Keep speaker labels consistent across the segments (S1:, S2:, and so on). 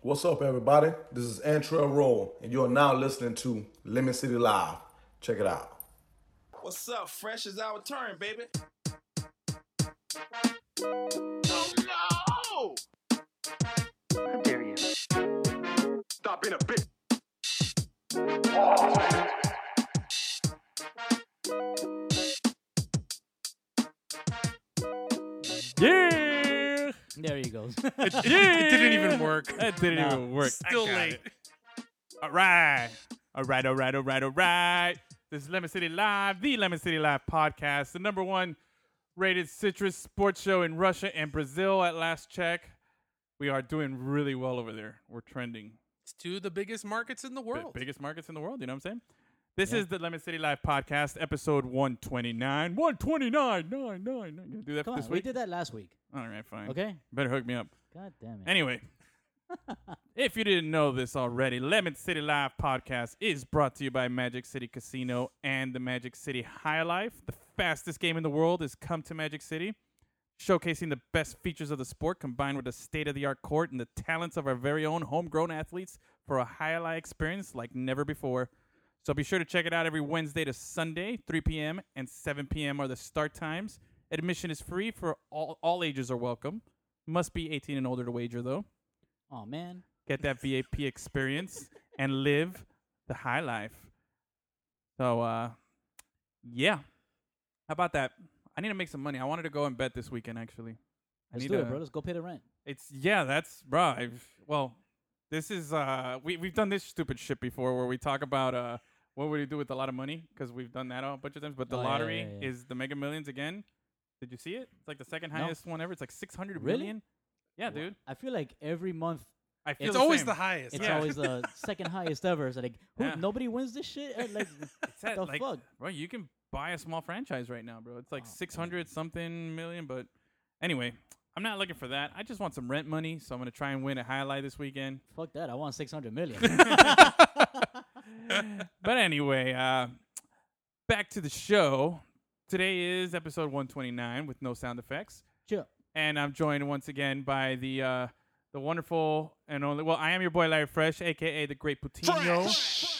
S1: What's up, everybody? This is Antrell Roll, and you are now listening to Lemon City Live. Check it out.
S2: What's up? Fresh is our turn, baby. Oh
S3: How dare you?
S4: Stop being a bitch.
S5: Yeah.
S3: There you go.
S5: yeah.
S6: It didn't even work.
S5: It didn't
S3: No.
S5: even work. I
S6: Still
S5: got
S6: late.
S5: it. All right. All right. All right. All right. All right. This is Lemon City Live, the Lemon City Live podcast, the number one rated citrus sports show in Russia and Brazil at last check. We are doing really well over there. We're trending.
S6: It's two of the biggest markets in the
S5: Bi-
S6: world.
S5: biggest markets in the world. You know what I'm saying? This is the Lemon City Live podcast, episode 129. 129. Nine, nine, nine. Gonna do that
S3: Come
S5: for
S3: on,
S5: this
S3: we
S5: week?
S3: did that last week.
S5: All right, fine.
S3: Okay.
S5: Better hook me up.
S3: God damn it.
S5: Anyway, if you didn't know this already, Lemon City Live podcast is brought to you by Magic City Casino and the Magic City High Life. The fastest game in the world is Come to Magic City, showcasing the best features of the sport combined with the state of the art court and the talents of our very own homegrown athletes for a high life experience like never before. So be sure to check it out every Wednesday to Sunday, 3 p.m. and 7 p.m. are the start times. Admission is free for all, all ages are welcome. Must be 18 and older to wager, though.
S3: oh man.
S5: Get that VAP experience and live the high life. So, uh, yeah. How about that? I need to make some money. I wanted to go and bet this weekend, actually. I
S3: Let's
S5: need
S3: do it,
S5: to-
S3: bro. Let's go pay the rent.
S5: It's, yeah, that's, bruh. I've, well, this is, uh, we, we've done this stupid shit before where we talk about, uh, what would you do with a lot of money? Because we've done that a bunch of times. But the
S3: Oh, yeah, yeah,
S5: lottery
S3: yeah, yeah.
S5: is the Mega Millions again. Did you see it? It's like the second
S3: No.
S5: highest one ever. It's like six hundred
S3: Really?
S5: million. Yeah, dude.
S3: I feel like every month
S5: I feel
S6: It's
S5: the
S6: always
S5: same.
S6: the highest.
S3: it's
S5: Yeah.
S3: always the second highest ever. It's like who,
S5: Yeah.
S3: nobody wins this shit. Uh, Like
S5: It's at,
S3: the
S5: like,
S3: fuck?
S5: Bro, you can buy a small franchise right now, bro. It's like
S3: Oh, man.
S5: 600 something million, but anyway, I'm not looking for that. I just want some rent money, so I'm going to try and win a highlight this weekend.
S3: fuck that. I want six hundred million.
S5: but anyway, uh, back to the show. Today is episode 129 with no sound effects,
S3: Chill.
S5: and I'm joined once again by the uh, the wonderful and only well, I am your boy Larry Fresh, aka the Great Putino.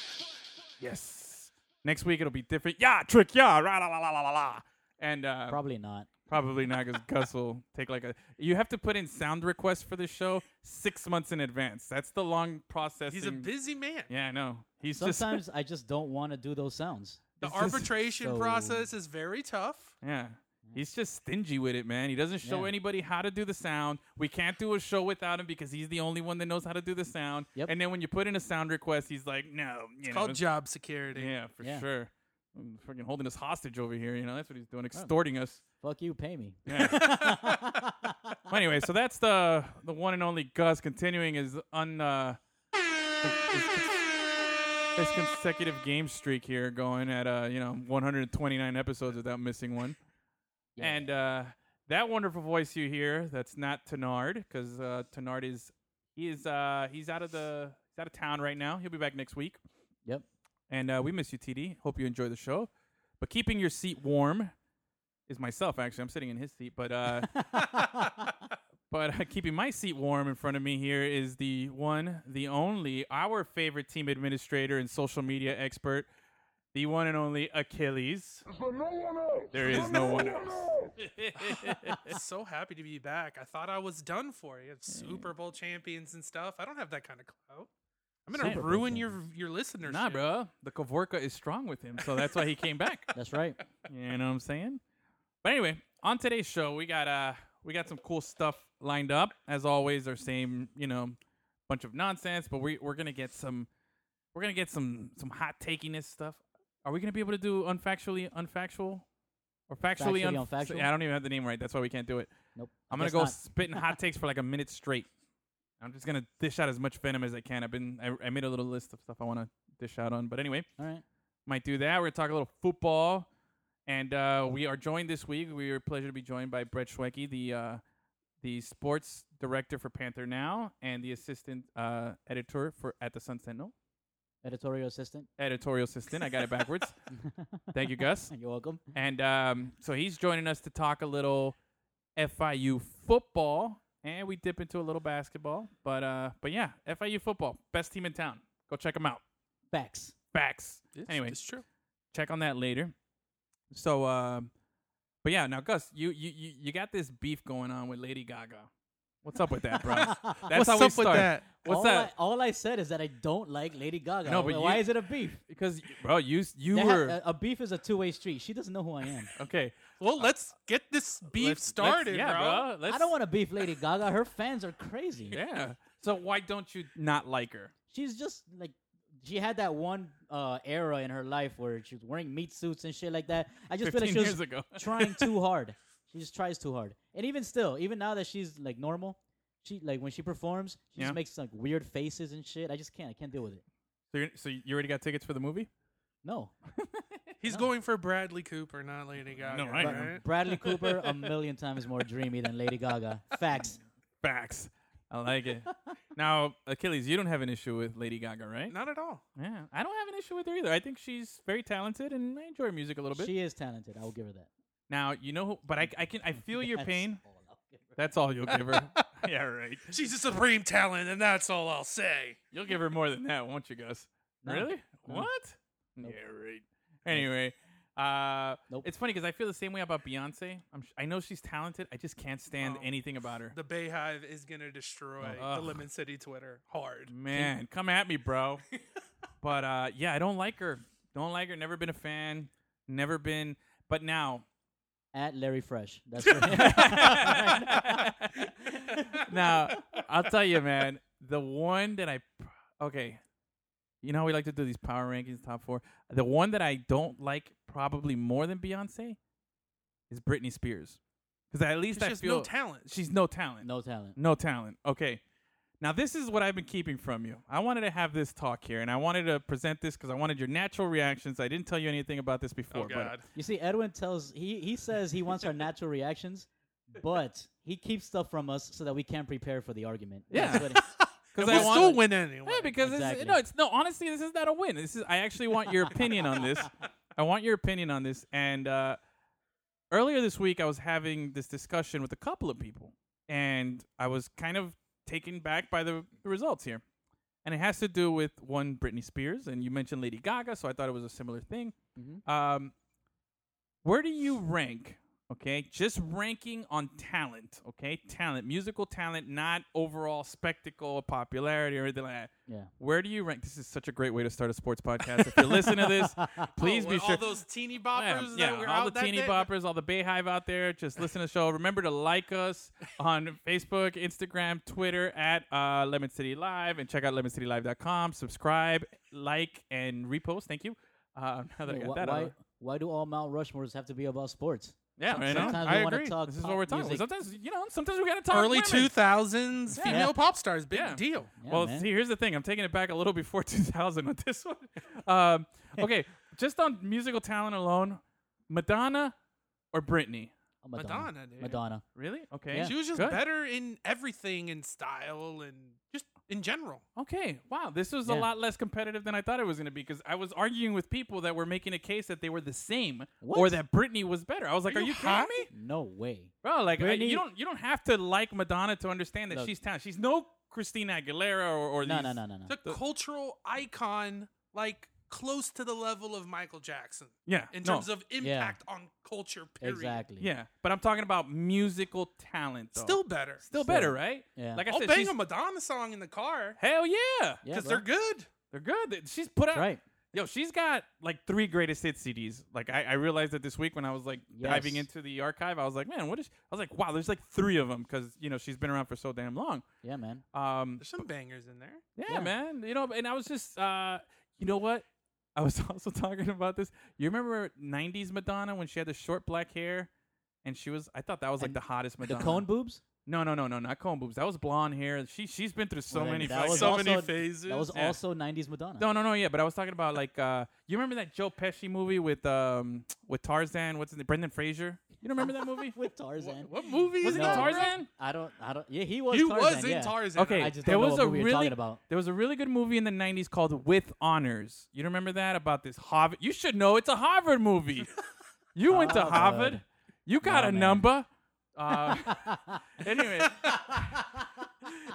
S5: Yes. Next week it'll be different. Yeah, trick, yeah, ra la la la la la la. And uh,
S3: Probably not.
S5: Probably not because Gus will take like a. You have to put in sound requests for this show six months in advance. That's the long process.
S6: He's a busy man.
S5: Yeah, I know. He's
S3: Sometimes I just don't want to do those sounds.
S6: The
S5: It's just
S6: arbitration
S3: so-
S6: process is very tough.
S5: just yeah. He's just stingy with it, man. He doesn't show
S3: Yeah.
S5: anybody how to do the sound. We can't do a show without him because he's the only one that knows how to do the sound.
S3: Yep.
S5: And then when you put in a sound request, he's like, no, you know,
S6: Called job security.
S5: yeah, for
S3: Yeah.
S5: sure. Mm, Freaking holding us hostage over here, you know. That's what he's doing, extorting us.
S3: Fuck you, pay me.
S5: Well, anyway, so that's the the one and only Gus continuing his un uh, his, his consecutive game streak here, going at uh you know 129 episodes without missing one,
S3: Yeah.
S5: and uh, that wonderful voice you hear that's not Tenard because uh, Tenard is he is uh he's out of the he's out of town right now. He'll be back next week.
S3: Yep.
S5: And uh, we miss you, TD. Hope you enjoy the show. But keeping your seat warm is myself. Actually, I'm sitting in his seat, but uh, but uh, keeping my seat warm in front of me here is the one, the only, our favorite team administrator and social media expert, the one and only Achilles. There is no one else.
S6: so happy to be back. I thought I was done for. You have Super Bowl champions and stuff. I don't have that kind of clout. I'm gonna
S3: Super Bowl
S6: ruin your your listeners.
S5: Nah, bro. The Kavorka is strong with him, so that's why he came back.
S3: That's right.
S5: You know what I'm saying? But anyway, on today's show, we got uh we got some cool stuff lined up. As always, our same, you know, bunch of nonsense, but we we're gonna get some we're gonna get some some hot takiness stuff. Are we gonna be able to do unfactually unfactual? Or factually,
S3: Factually
S5: unf-
S3: unfactual?
S5: I don't even have the name right. That's why we can't do it.
S3: Nope.
S5: I'm gonna
S3: Guess
S5: go
S3: not.
S5: spitting hot takes for like a minute straight. I'm just gonna dish out as much venom as I can. I've been I, I made a little list of stuff I want to dish out on. But anyway,
S3: All right.
S5: might do that. We're gonna talk a little football, and uh, we are joined this week. We are pleasure to be joined by Brett Schwecke, the uh, the sports director for Panther Now and the assistant uh, editor for at the Sun Sentinel,
S3: Editorial assistant.
S5: editorial assistant. I got it backwards. Thank you, Gus.
S3: You're welcome.
S5: And um, so he's joining us to talk a little FIU football and we dip into a little basketball. But uh, but yeah, FIU football, best team in town. Go check them out.
S3: Facts.
S5: Facts.
S6: It's,
S5: anyway,
S6: it's true.
S5: check on that later. So, um, but yeah, now Gus, you you you you got this beef going on with Lady Gaga. What's up with that, bro? That's
S6: What's
S5: how we
S6: up with
S5: start.
S6: that?
S5: What's
S3: all
S5: that?
S3: I, all I said is that I don't like Lady Gaga.
S5: No, but
S3: Wh- why
S5: you-
S3: is it a beef?
S5: because bro, you you
S3: That ha-
S5: were
S3: uh,
S6: uh,
S3: a, a beef is a two-way street. She doesn't know who I am.
S5: okay.
S6: Well, let's get this beef
S5: Uh, Let's- let's-
S6: started,
S5: yeah,
S6: bro.
S5: bro. Let's,
S3: I don't want to beef Lady Gaga. Her fans are crazy.
S5: Yeah. So why don't you not like her?
S3: She's just like she had that one uh, era in her life where she was wearing meat suits and shit like that. I just feel like
S5: 15
S3: she was
S5: years ago.
S3: trying too hard. She just tries too hard. And even still, even now that she's like normal, she like when she performs, she
S5: Yeah.
S3: just makes like weird faces and shit. I just can't. I can't deal with it.
S5: So, you're, so you already got tickets for the movie?
S3: No,
S6: He's going for Bradley Cooper, not Lady Gaga.
S5: No, I know.
S6: right?
S3: Bradley Cooper a million times more dreamy than Lady Gaga. Facts.
S5: Facts. I like it. now, Achilles, you don't have an issue with Lady Gaga, right?
S6: Not at all.
S5: Yeah, I don't have an issue with her either. I think she's very talented, and I enjoy her music a little bit.
S3: She is talented. I will give her that.
S5: now, you know, who, but I, I can, I feel your
S3: That's
S5: pain.
S3: all I'll give her.
S5: That's all you'll give her. yeah, right.
S6: She's a supreme talent, and that's all I'll say.
S5: You'll give her more than that, won't you, Gus?
S3: No.
S5: Really?
S3: No.
S5: What?
S3: Nope.
S5: Yeah, right. Anyway, uh,
S3: Nope.
S5: it's funny because I feel the same way about Beyonce. I'm, sh- I know she's talented. I just can't stand
S6: Oh.
S5: anything about her.
S6: The Bayhive is gonna destroy the
S5: Ugh.
S6: Lemon City Twitter hard.
S5: Man, come at me, bro. but uh, yeah, I don't like her. Don't like her. Never been a fan. Never been. But now,
S3: At Larry Fresh. That's right.
S5: now I'll tell you, man. The one that I okay, you know how we like to do these power rankings, top four. The one that I don't like probably more than Beyonce is Britney Spears, because at least
S6: There's
S5: I
S6: just
S5: feel
S6: no talent.
S5: she's no talent.
S3: no talent.
S5: No talent. Okay. Now this is what I've been keeping from you. I wanted to have this talk here, and I wanted to present this because I wanted your natural reactions. I didn't tell you anything about this before.
S6: oh
S5: but-
S6: God.
S3: You see, Edwin tells he he says he wants our natural reactions, but he keeps stuff from us so that we can prepare for the argument.
S5: Yeah.
S3: That's what it-
S5: because
S6: we
S5: I
S6: still
S5: want
S6: win anyway.
S5: Yeah, because
S3: Exactly.
S5: it's, no, it's no. Honestly, this is not a win. This is. I actually want your opinion on this. I want your opinion on this. And uh, earlier this week, I was having this discussion with a couple of people, and I was kind of taken back by the, the results here. And it has to do with one Britney Spears, and you mentioned Lady Gaga, so I thought it was a similar thing.
S6: Mm-hmm.
S5: Um, where do you rank? Okay, just ranking on talent. Okay, talent, musical talent, not overall spectacle, or popularity, or anything like that.
S3: yeah.
S5: Where do you rank? This is such a great way to start a sports podcast. If you listen to this, please
S6: Oh,
S5: be
S6: with
S5: sure.
S6: all those teeny
S5: Yeah,
S6: boppers.
S5: yeah,
S6: that were
S5: all
S6: out
S5: the
S6: that
S5: teeny
S6: day.
S5: boppers, all the Bayhive out there. Just listen to the show. Remember to like us on Facebook, Instagram, Twitter at uh, Lemon City Live, and check out lemoncitylive.com. Subscribe, like, and repost. Thank you. Uh, now that I
S3: Wait,
S5: got
S3: why,
S5: that out of
S3: why,
S5: the-
S3: why do all Mount Rushmores have to be about sports?
S5: yeah, I know.
S3: sometimes we
S5: I
S3: wanna
S5: agree.
S3: talk
S5: This is what
S3: pop
S5: we're talking. about.
S3: music.
S5: Sometimes you know, sometimes we gotta talk
S6: Early
S5: women.
S6: two thousands
S5: Yeah.
S6: female pop stars, big
S5: Yeah.
S6: deal.
S3: Yeah,
S5: well,
S3: man.
S5: see, here's the thing. I'm taking it back a little before 2000 on this one. Um, okay, just on musical talent alone, Madonna or Britney?
S3: Oh, Madonna.
S6: Madonna, dude.
S3: Madonna.
S5: Really? Okay.
S3: Yeah.
S6: She was just
S5: Good.
S6: better in everything, in style, and just in general.
S5: Okay. Wow. This was a
S3: Yeah.
S5: lot less competitive than I thought it was going to be because I was arguing with people that were making a case that they were the same or
S3: What?
S5: that Britney was better. I was like, "Are,
S6: you
S5: you
S6: high?
S5: kidding me,
S3: No way.
S5: bro? Like, I-
S3: Britney-
S5: you don't you don't have to like Madonna to understand that
S3: Look.
S5: she's talented. She's no Christina Aguilera or, or
S3: No,
S5: these-
S3: no, no, no, no.
S6: It's a cultural icon, like close to the level of Michael Jackson
S5: Yeah.
S6: in
S5: no.
S6: terms of impact on culture. Period.
S3: Exactly.
S5: yeah, but I'm talking about musical talent. Though.
S6: Still better.
S5: Still
S3: Still.
S5: better, right?
S3: Yeah.
S5: Like I
S6: I'll
S5: said,
S6: bang
S5: she's-
S6: a Madonna song in the car
S5: hell yeah,
S3: Yeah,
S6: because
S3: bro.
S6: they're good.
S5: they're good. They- She's put out,
S3: That's right.
S5: yo, she's got like three greatest hits CDs. Like I, I realized that this week when I was like diving
S3: Yes.
S5: into the archive, I was like, man, what is? I was like, wow, there's like three of them because you know she's been around for so damn long.
S3: Yeah, man.
S5: Um,
S6: There's some bangers in there.
S5: yeah,
S3: Yeah.
S5: man, you know, and I was just, uh, you know what? I was also talking about this. You remember '90s Madonna when she had the short black hair, and she was? I thought that was like
S3: And
S5: the hottest
S3: The
S5: Madonna.
S3: cone boobs.
S5: No, no, no, no, not cone boobs. That was blonde hair. She she's been through so
S3: Well, then
S5: many.
S3: that was
S5: fucking-
S6: so many
S3: also-
S6: phases.
S3: That was
S5: Yeah.
S3: also '90s Madonna.
S5: No, no, no, yeah, but I was talking about like uh you remember that Joe Pesci movie with um with Tarzan, what's his name? Brendan Fraser? You don't remember that movie?
S3: With Tarzan.
S6: What movie is
S5: Wasn't he
S3: No.
S6: that? bro?
S5: Tarzan?
S3: I don't. I don't. Yeah, he was.
S6: You
S3: Tarzan,
S6: was in
S3: yeah.
S6: Tarzan.
S5: Okay,
S3: I just
S5: there
S3: don't know
S5: was
S3: what
S5: a
S3: movie you're
S5: really
S3: talking about.
S5: there was a really good movie in the '90s called With Honors. You remember that about this Harvard? You should know it's a Harvard movie. you went to
S3: Harvard.
S5: Harvard. You got
S3: Oh, No,
S5: a
S3: man.
S5: number. Um, anyway,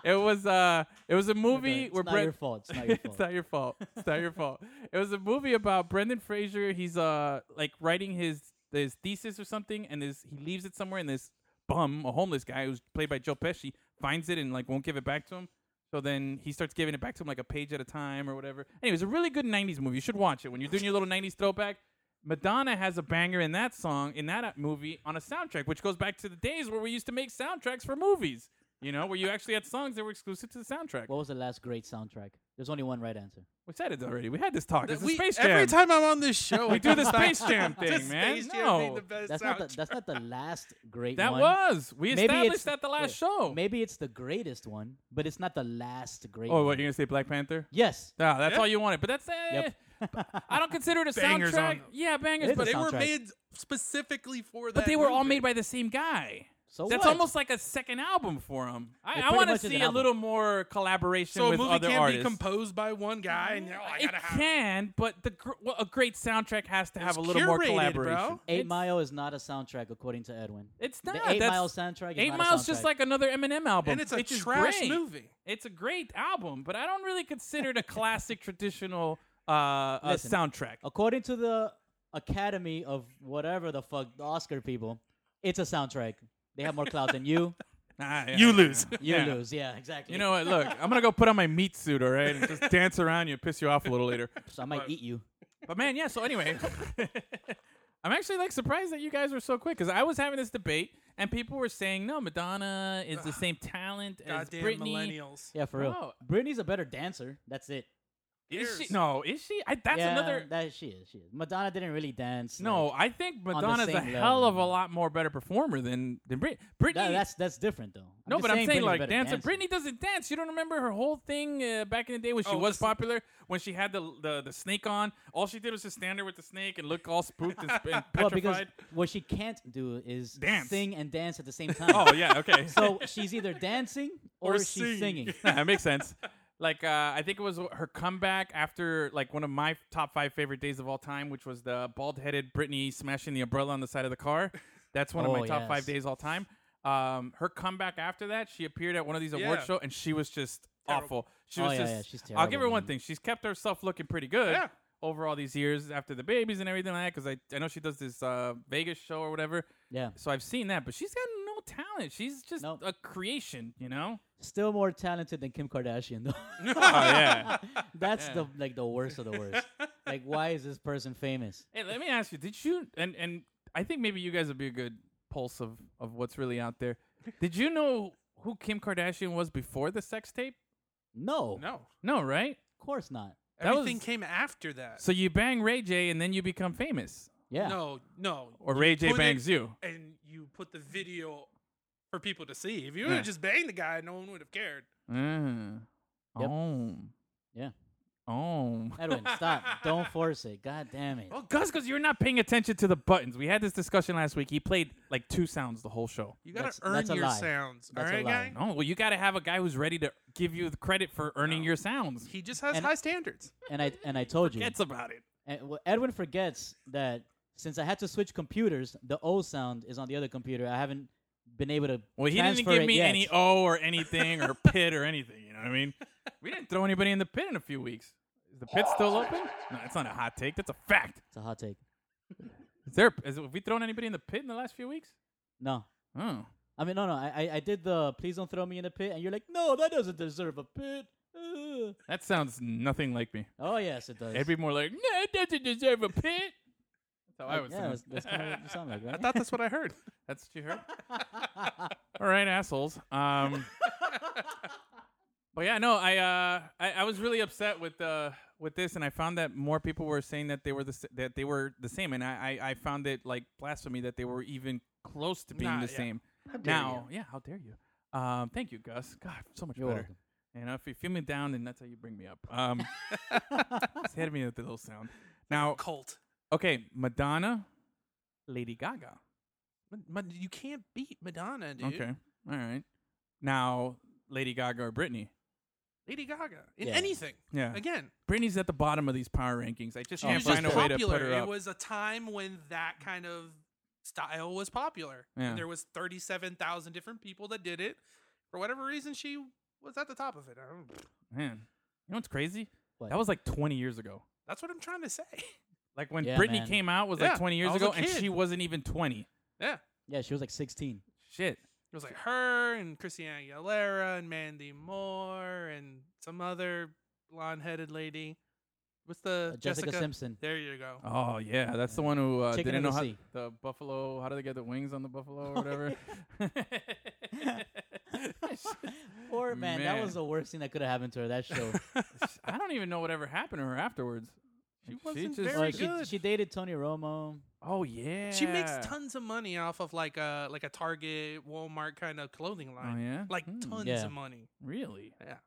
S5: it was uh, it was a movie
S3: it's
S5: where
S3: not
S5: Brett-
S3: your fault. It's not your fault.
S5: it's not your fault. It's not your fault. It was a movie about Brendan Fraser. He's uh like writing his his thesis or something, and this he leaves it somewhere, and this bum, a homeless guy who's played by Joe Pesci, finds it and like won't give it back to him. So then he starts giving it back to him like a page at a time or whatever. Anyway, it's a really good '90s movie. You should watch it when you're doing your little '90s throwback. Madonna has a banger in that song in that uh, movie on a soundtrack, which goes back to the days where we used to make soundtracks for movies. You know, where you actually had songs that were exclusive to the soundtrack.
S3: What was the last great soundtrack? There's only one right answer.
S5: We said it already. We had this talk. This is
S6: We-
S5: Space Jam.
S6: every time I'm on this show,
S5: we do the
S6: this
S5: Space Jam thing, man.
S6: Space Jam being
S5: No,
S6: the best
S3: That's not the, that's not the last great
S5: that
S3: one.
S5: was. We
S3: Maybe it's
S5: established
S3: the-
S5: at the last
S3: wait,
S5: show.
S3: Maybe it's the greatest one, but it's not the last great
S5: Oh,
S3: one.
S5: what you're gonna say, Black Panther?
S3: Yes.
S5: No, that's
S6: Yeah.
S5: all you wanted. But that's. Uh,
S3: Yep.
S5: I don't consider it a
S6: Bangers on
S5: soundtrack.
S6: them.
S5: Yeah, bangers,
S3: It is
S5: but
S3: a
S6: they were
S3: soundtrack.
S6: made specifically for that.
S5: but they were all
S6: movie.
S5: made by the same guy.
S3: So
S5: that's
S3: what?
S5: almost like a second album for him. I,
S3: It
S5: I
S3: pretty
S5: want to
S3: much is an
S5: see a
S3: album.
S5: little more collaboration
S6: So a
S5: with
S6: movie
S5: other
S6: can't
S5: artists.
S6: be composed by one guy, and you're like, I
S5: it
S6: gotta have.
S5: can, but the gr- well, a great soundtrack has to have
S6: It's
S5: a little more
S6: curated,
S5: collaboration.
S6: bro.
S3: Eight
S5: It's-
S3: Mile is not a soundtrack, according to Edwin.
S5: It's
S3: The
S5: not.
S3: Eight
S5: That's-
S3: Mile soundtrack is
S5: Eight
S3: not a
S5: Mile's just
S3: soundtrack.
S5: like another Eminem album,
S6: And it's a
S5: which is
S6: trash
S5: great.
S6: movie.
S5: It's a great album, but I don't really consider it a classic traditional uh, uh,
S3: Listen,
S5: soundtrack.
S3: according to the Academy of whatever the fuck the Oscar people, it's a soundtrack. They have more clout than you.
S5: Ah, yeah,
S6: You
S5: yeah.
S6: lose.
S3: You
S5: Yeah.
S3: lose. Yeah, exactly.
S5: You know what? Look, I'm gonna go put on my meat suit, all right, and just dance around you, and piss you off a little later.
S3: so I might eat you.
S5: But man, yeah. So anyway, I'm actually like surprised that you guys were so quick because I was having this debate and people were saying no, Madonna is the same talent as
S6: Goddamn
S5: Britney.
S6: millennials.
S3: Yeah, for real.
S5: Oh.
S3: Britney's a better dancer. That's it.
S5: Is she?
S6: Years.
S5: No, is she? I, that's
S3: yeah,
S5: another.
S3: That she is. She is. Madonna didn't really dance.
S5: No,
S3: like-
S5: I think
S3: the
S5: Madonna's a
S3: same
S5: hell of a
S3: level.
S5: lot more better performer than than Brit- Britney.
S3: That- that's that's different though.
S5: no,
S3: just
S5: but I'm saying
S3: Britney's a
S5: like
S3: better
S5: dancing.
S3: dancer.
S5: Britney doesn't dance. You don't remember her whole thing uh, back in the day when she
S6: Oh,
S5: was
S6: listen.
S5: popular when she had the, the the snake on. All she did was just stand there with the snake and look all spooked and, sp- and
S3: Well, because
S5: petrified.
S3: what she can't do is
S5: Dance.
S3: sing and dance at the same time.
S5: oh yeah, okay.
S3: So she's either dancing or,
S5: Or
S3: she's singing.
S5: Yeah, that makes sense. Like uh, I think it was her comeback after like one of my top five favorite days of all time, which was the bald-headed Britney smashing the umbrella on the side of the car. That's one of
S3: Oh,
S5: my top five
S3: yes.
S5: days all time. Um, her comeback after that, she appeared at one of these award
S6: Yeah.
S5: show and she was just awful. She
S3: Oh,
S5: was
S3: yeah,
S5: just.
S3: yeah, she's
S5: I'll give her
S3: terrible,
S5: one
S3: man.
S5: thing: she's kept herself looking pretty good
S6: Yeah.
S5: over all these years after the babies and everything like that. Because I, I know she does this uh, Vegas show or whatever,
S3: Yeah.
S5: so I've seen that. But she's got no talent. She's just
S3: Nope.
S5: a creation, you know.
S3: Still more talented than Kim Kardashian though.
S5: oh yeah.
S3: That's
S5: Yeah.
S3: the like the worst of the worst. like why is this person famous?
S5: Hey, let me ask you: Did you and and I think maybe you guys would be a good pulse of of what's really out there. Did you know who Kim Kardashian was before the sex tape?
S3: No.
S6: No,
S5: No, right?
S3: Of course not.
S5: That was-
S6: everything came after that.
S5: So you bang Ray J and then you become famous,
S3: Yeah.
S6: No, no.
S5: or Ray J
S6: put it-
S5: bangs you.
S6: And you put the video for people to see. If you would have
S5: Yeah.
S6: just banged the guy, no one would have cared.
S5: Mm.
S3: Yep.
S5: Oh,
S3: Yeah.
S5: oh.
S3: Edwin, stop. Don't force it. God damn it.
S5: Well, Gus, because you're not paying attention to the buttons. We had this discussion last week. He played like two sounds the whole show.
S6: You gotta
S3: That's-
S6: earn
S3: that's a
S6: your
S3: lie.
S6: sounds.
S3: That's a
S6: all right,
S3: lie.
S6: guy.
S5: Oh, well, you got to have a guy who's ready to give you the credit for earning your sounds.
S6: He just has
S3: And-
S6: high standards.
S3: And I and I told you.
S5: Gets about it.
S3: And, well, Edwin forgets that since I had to switch computers, the O sound is on the other computer. I haven't been able to.
S5: Well, he
S3: transfer
S5: didn't give
S3: it
S5: me
S3: yet.
S5: any O or anything or pit or anything. You know what I mean? We didn't throw anybody in the pit in a few weeks. Is the pit still open? No, that's not a hot take. That's a fact.
S3: It's a hot take.
S5: Is there? Is, have we thrown anybody in the pit in the last few weeks?
S3: No.
S5: Oh,
S3: I mean, no, no. I, I- I did the please don't throw me in a pit, and you're like, no, that doesn't deserve a pit. Ugh."
S5: that sounds nothing like me.
S3: Oh yes, it does.
S5: It'd be more like, no, it doesn't deserve a pit. That's how I
S3: Like,
S5: was.
S3: yeah, that's, that's kind of what you sound like, right?
S6: I thought that's what I heard.
S5: That's what you heard. All right, assholes. Um, but yeah, no, I, uh, I I was really upset with uh, with this, and I found that more people were saying that they were the s- that they were the same, and I, I, I found it like blasphemy that they were even close to being
S6: Nah,
S5: the
S6: yeah.
S5: same. now, yeah, how dare you? Um, thank you, Gus. God, so much
S3: You're
S5: better.
S3: welcome.
S5: You know, if you feel me down, then that's how you bring me up. Um, just hit me with the little sound. Now,
S6: Cult.
S5: okay, Madonna, Lady Gaga.
S6: Ma- ma- You can't beat Madonna, dude.
S5: Okay. All right. Now, Lady Gaga or Britney?
S6: Lady Gaga in
S3: Yeah.
S6: anything.
S5: Yeah.
S6: Again,
S5: Britney's at the bottom of these power rankings. I just
S6: she
S5: can't
S6: was just
S5: find a way to
S6: popular.
S5: put her
S6: It
S5: up.
S6: was a time when that kind of style was popular.
S5: Yeah.
S6: And there was 37,000 different people that did it. For whatever reason, she was at the top of it. I don't,
S5: Man, you know what's crazy?
S3: What?
S5: That was like 20 years ago.
S6: that's what I'm trying to say.
S5: Like when
S3: Yeah,
S5: Britney
S3: man.
S5: came out was
S6: Yeah,
S5: like 20
S6: I
S5: years
S6: was a
S5: ago, and
S6: kid.
S5: she wasn't even 20.
S6: Yeah. It
S3: Yeah, she was like 16.
S5: Shit.
S6: was like her and Christina Aguilera and Mandy Moore and some other blonde headed lady. What's the
S3: Uh, Jessica, Simpson.
S6: There you go.
S5: Oh yeah, that's the one who uh,
S3: Chicken
S5: didn't know
S3: of the
S5: how
S3: sea.
S5: the buffalo. How do they get the wings on the buffalo or whatever?
S3: Poor man, that was
S5: Man.
S3: the worst thing that could have happened to her. That show.
S5: I don't even know whatever happened to her afterwards.
S6: She
S5: Like,
S6: wasn't
S5: just-
S6: Very
S3: Well, she,
S6: good.
S3: she dated Tony Romo.
S5: Oh yeah,
S6: She makes tons of money off of like a like a Target, Walmart kind of clothing
S5: Oh
S6: line.
S5: yeah,
S6: Like
S5: Hmm.
S6: tons
S3: Yeah.
S6: of money.
S5: Really?
S6: Yeah.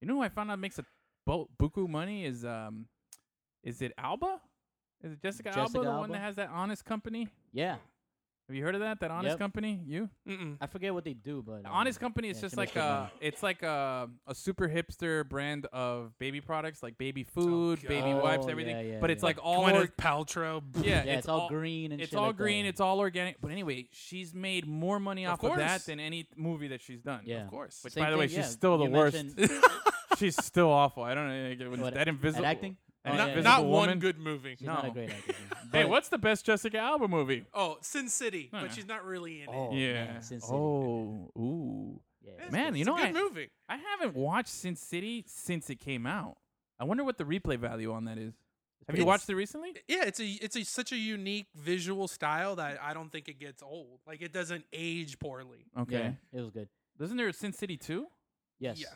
S5: You know who I found out makes a bo- buku money is um, is it Alba? Is it Jessica, Alba,
S3: Jessica
S5: the one
S3: Alba?
S5: that has that honest company?
S3: Yeah,
S5: Have you heard of that? That honest
S3: Yep.
S5: company? You?
S6: Mm-mm.
S3: I forget what they do, but um,
S5: Honest Company is
S3: yeah,
S5: just
S3: she makes
S5: like
S3: good
S5: a,
S3: money.
S5: it's like a, a super hipster brand of baby products, like baby food,
S6: God.
S5: baby wipes,
S3: Oh,
S5: everything.
S3: yeah, yeah,
S5: but it's
S3: yeah.
S5: like all,
S6: Gwyneth
S5: org-
S6: Paltrow.
S5: yeah,
S3: Yeah, it's, all, green and
S5: It's
S3: shit
S5: all
S3: like that.
S5: green. It's all organic. But anyway, she's made more money
S6: Of
S5: off of that
S6: course.
S5: than any movie that she's done.
S3: Yeah.
S5: of course. Which,
S3: Same
S5: by the way,
S3: thing,
S5: she's
S3: yeah.
S5: still the
S3: You
S5: worst.
S3: mentioned-
S5: she's still awful. I don't know
S3: What,
S5: that
S3: at
S5: invisible
S3: acting?
S5: that
S3: Oh, yeah,
S6: Not,
S3: yeah.
S5: invisible
S6: not
S5: woman.
S6: one good movie.
S3: She's not a
S5: No.
S3: great actress.
S5: Hey,
S3: But-
S5: what's the best Jessica Alba movie?
S6: Oh, Sin City,
S5: No,
S6: but
S5: no.
S6: she's not really in
S3: Oh,
S6: it.
S5: yeah.
S3: man, Sin City.
S5: oh, ooh.
S3: Yeah.
S6: It's-
S5: Man, you
S6: it's
S5: know
S6: a good
S5: I-
S6: movie.
S5: I haven't watched Sin City since it came out. I wonder what the replay value on that is. Have you
S6: It's-
S5: watched it recently?
S6: Yeah, it's a it's a such a unique visual style that I don't think it gets old. Like it doesn't age poorly.
S5: Okay.
S3: Yeah, it was good.
S5: Isn't there a Sin City 2?
S3: Yes.
S6: Yeah.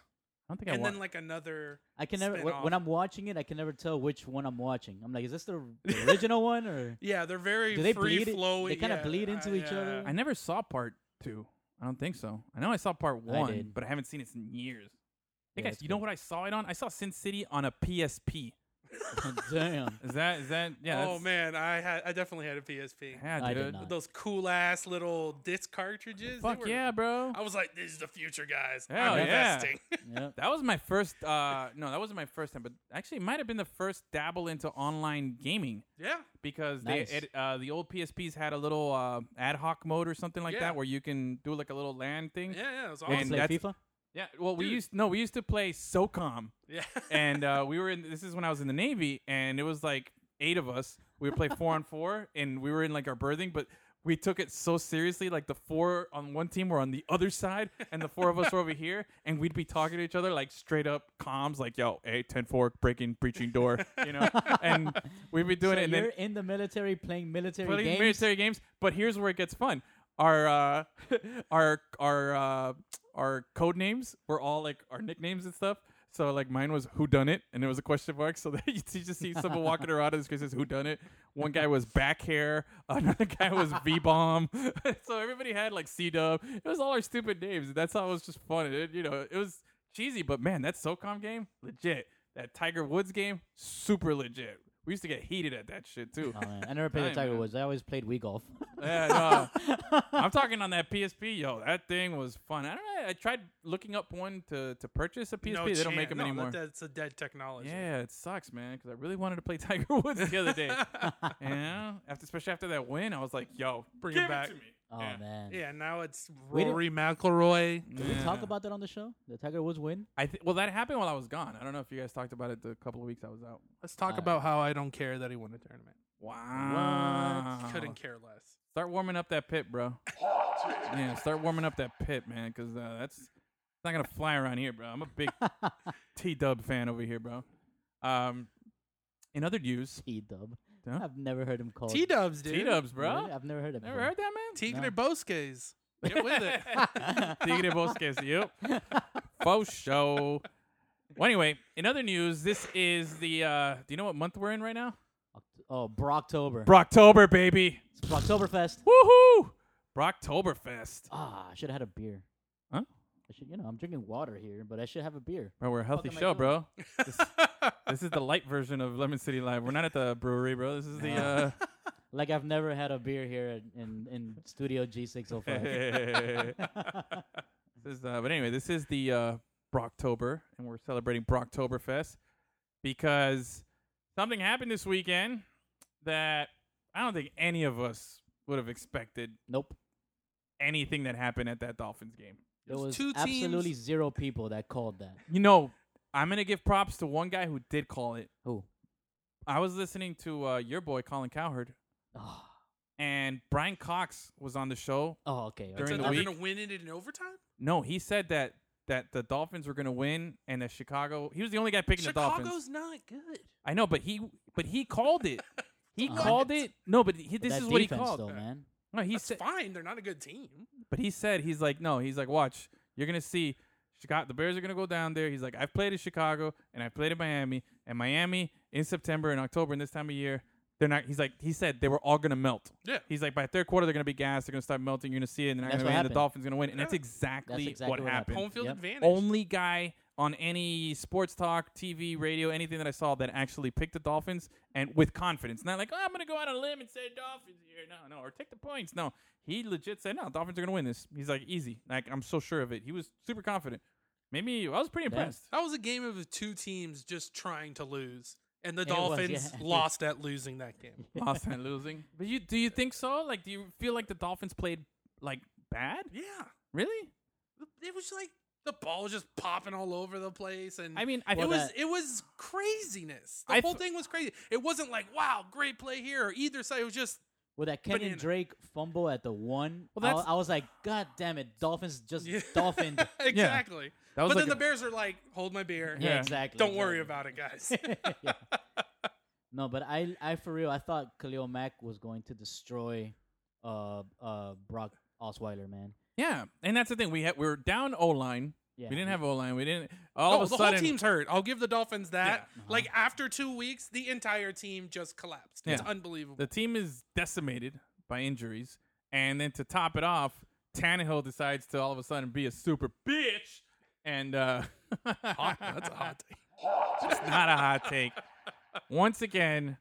S5: I don't think I
S6: And
S5: wa-
S6: then like another
S3: I can never
S6: Spin-off.
S3: when I'm watching it, I can never tell which one I'm watching. I'm like, is this the the original one or?
S6: yeah, they're very
S3: Do they
S6: free
S3: bleed it-
S6: flowing.
S3: they kinda bleed into each other?
S5: I never saw part 2. I don't think so. I know I saw part 1,
S3: did.
S5: but I haven't seen it in years. I think
S3: Yeah,
S5: I,
S3: it's
S5: you know
S3: good.
S5: what I saw it on? I saw Sin City on a PSP.
S3: Damn.
S5: Is that is that yeah?
S6: oh
S5: that's-
S6: man, I had I definitely had a PSP.
S5: yeah, dude.
S3: I did not.
S6: Those cool ass little disc cartridges. they
S5: Fuck
S6: were-
S5: yeah, bro.
S6: I was like, this is the future, guys.
S5: Hell
S6: I'm
S5: yeah.
S6: investing.
S3: Yep.
S5: That was my first. Uh, no, that wasn't my first time, but actually, it might have been the first dabble into online gaming
S6: yeah.
S5: because
S3: Nice.
S5: they it, uh, the old PSPs had a little uh, ad hoc mode or something like
S6: Yeah.
S5: that where you can do like a little LAN thing.
S6: Yeah, yeah, it was
S5: And
S6: awesome.
S3: Play
S5: that's-
S3: FIFA.
S5: Yeah, well, we
S6: Dude.
S5: used no, we used to play SOCOM,
S6: yeah.
S5: and uh, we were in. This is when I was in the Navy, and it was like eight of us. We would play four on four, and we were in like our birthing, but. We took it so seriously, like the four on one team were on the other side, and the four of us were over here, and we'd be talking to each other like straight up comms, like "Yo, hey, ten four, breaking, breaching door," you know, and we'd be doing
S3: So
S5: it. And
S3: you're
S5: then
S3: in the military playing military
S5: playing
S3: games.
S5: military games. But here's where it gets fun. Our uh, our our uh, our code names were all like our nicknames and stuff. So like mine was who done it, and it was a question mark. So that you just see someone walking around and the screen says who done it. One guy was back hair, another guy was V bomb. so everybody had like C dub. It was all our stupid names. That's how it was just fun. It, you know, it was cheesy, but man, that SOCOM game legit. That Tiger Woods game super legit. We used to get heated at that shit too.
S3: Oh, man. I never played
S5: Dang,
S3: the Tiger
S5: man.
S3: Woods. I always played Wii Golf.
S5: Yeah, no. I'm talking on that PSP, yo. That thing was fun. I don't know. I tried looking up one to, to purchase a PSP.
S6: No
S5: they
S6: chance.
S5: don't make them
S6: No, that-
S5: anymore.
S6: that's a dead technology.
S5: yeah, it sucks, man. Because I really wanted to play Tiger Woods the other day. yeah, after especially after that win, I was like, yo,
S6: Bring
S5: give
S6: it back.
S5: to me.
S3: Oh
S5: Yeah.
S3: man.
S6: Yeah, now it's
S3: We didn't-
S6: Rory McIlroy.
S3: Did we talk
S5: Yeah.
S3: about that on the show? The Tiger Woods win?
S5: I th- well, that happened while I was gone. I don't know if you guys talked about it the couple of weeks I was out.
S6: Let's talk
S3: Uh,
S6: about how I don't care that he won the tournament.
S5: Wow,
S6: Couldn't care less.
S5: Start warming up that pit, bro. yeah, start warming up that pit, man. Because uh, that's it's not gonna fly around here, bro. I'm a big T Dub fan over here, bro. Um, in other news,
S3: T Dub.
S5: Huh?
S3: I've never heard him called.
S6: T Dubs, dude.
S5: T Dubs, bro.
S3: Really? I've never heard of him.
S5: Never heard that, man.
S6: Tigre Bosques. Get with it.
S5: Tigre Bosques, yep. Faux show. Well, anyway, in other news, this is the. uh Do you know what month we're in right now?
S3: Oh, Brocktober.
S5: Brocktober, baby.
S3: It's Brocktoberfest.
S5: Woohoo! Brocktoberfest.
S3: Ah, I should have had a beer.
S5: Huh?
S3: I should, you know, I'm drinking water here, but I should have a beer.
S5: Bro, we're a healthy
S3: am I
S5: show,
S3: doing?
S5: bro. This, this is the light version of Lemon City Live. We're not at the brewery, bro. This is the. Uh,
S3: Like I've never had a beer here in in, in Studio G605.
S5: this is, uh, but anyway, this is the uh, Brocktober, and we're celebrating Brocktoberfest because something happened this weekend that I don't think any of us would have expected
S3: Nope.
S5: anything that happened at that Dolphins game.
S3: There
S6: was
S3: was
S6: two
S3: absolutely
S6: teams.
S3: zero people that called that.
S5: You know, I'm gonna give props to one guy who did call it.
S3: Who?
S5: I was listening to uh, your boy Colin Cowherd,
S3: Oh,
S5: and Brian Cox was on the show.
S3: oh, okay. okay.
S5: During
S6: So
S5: the
S6: they're
S5: week-
S6: gonna win it in overtime.
S5: No, he said that that the Dolphins were gonna win, and that Chicago. He was the only guy picking the Dolphins.
S6: Chicago's not good.
S5: I know, but he but he called it. He
S3: What?
S5: called it. No, but he,
S3: But
S5: this
S3: that
S5: is what he
S3: defense,
S5: called.
S3: though, man.
S5: No, he
S6: That's
S5: said.
S6: fine. They're not a good team.
S5: But he said he's like, no, he's like, watch, you're gonna see, Chicago. The Bears are gonna go down there. He's like, I've played in Chicago and I've played in Miami, and Miami in September and October and this time of year, they're not. He's like, he said they were all gonna melt.
S6: Yeah.
S5: He's like, by third quarter, they're gonna be gassed. They're gonna start melting. You're gonna see it, and they're not
S3: That's
S5: gonna
S3: what
S5: win. The
S3: happened.
S5: Dolphins gonna win, and that's
S6: Yeah.
S5: exactly,
S3: That's exactly what
S5: happened.
S3: happened.
S6: Home field
S3: Yep.
S6: advantage.
S5: Only guy on any sports talk, TV, radio, anything that I saw that actually picked the Dolphins and with confidence. Not like, oh, I'm going to go out on a limb and say Dolphins here. No, no, or take the points. No, he legit said, no, Dolphins are going to win this. He's like, easy. Like, I'm so sure of it. He was super confident. Maybe I was pretty impressed.
S6: That was a game of two teams just trying to lose, and the
S3: It was,
S6: Dolphins
S3: yeah.
S6: lost at losing that game.
S5: Lost and losing. But you, do you think so? Like, do you feel like the Dolphins played like bad?
S6: Yeah,
S5: Really?
S6: it was like the ball was just popping all over the place, and
S5: I mean, I
S6: it
S5: think
S6: was
S3: that-
S6: it was craziness. The
S5: I
S6: whole
S5: th-
S6: thing was crazy. It wasn't like wow, great play here or either side. It was just
S3: With that Kenyon
S6: Banana.
S3: Drake fumble at the one,
S5: Well,
S3: I-
S5: that's-
S3: I, was like, God damn it, Dolphins just
S6: Yeah.
S3: dolphined. Yeah,
S6: exactly.
S5: That was like
S6: but then
S5: a-
S6: the Bears are like, hold my beer.
S5: Yeah.
S3: exactly.
S6: Don't worry
S3: exactly.
S6: about it, guys.
S3: Yeah. No, but I, I for real, I thought Khalil Mack was going to destroy, uh, uh, Brock Osweiler, man.
S5: Yeah. And that's the thing. We had, we were down O line.
S3: Yeah,
S5: we didn't
S3: he-
S5: have O line. We didn't. All
S6: oh,
S5: of a
S6: the
S5: sudden,
S6: whole team's hurt. I'll give the Dolphins that.
S5: Yeah. Uh-huh.
S6: Like after two weeks, the entire team just collapsed. It's
S5: Yeah.
S6: unbelievable.
S5: The team is decimated by injuries, and then to top it off, Tannehill decides to all of a sudden be a super bitch, and uh,
S6: Hot- that's a hot take.
S5: it's not a hot take. Once again,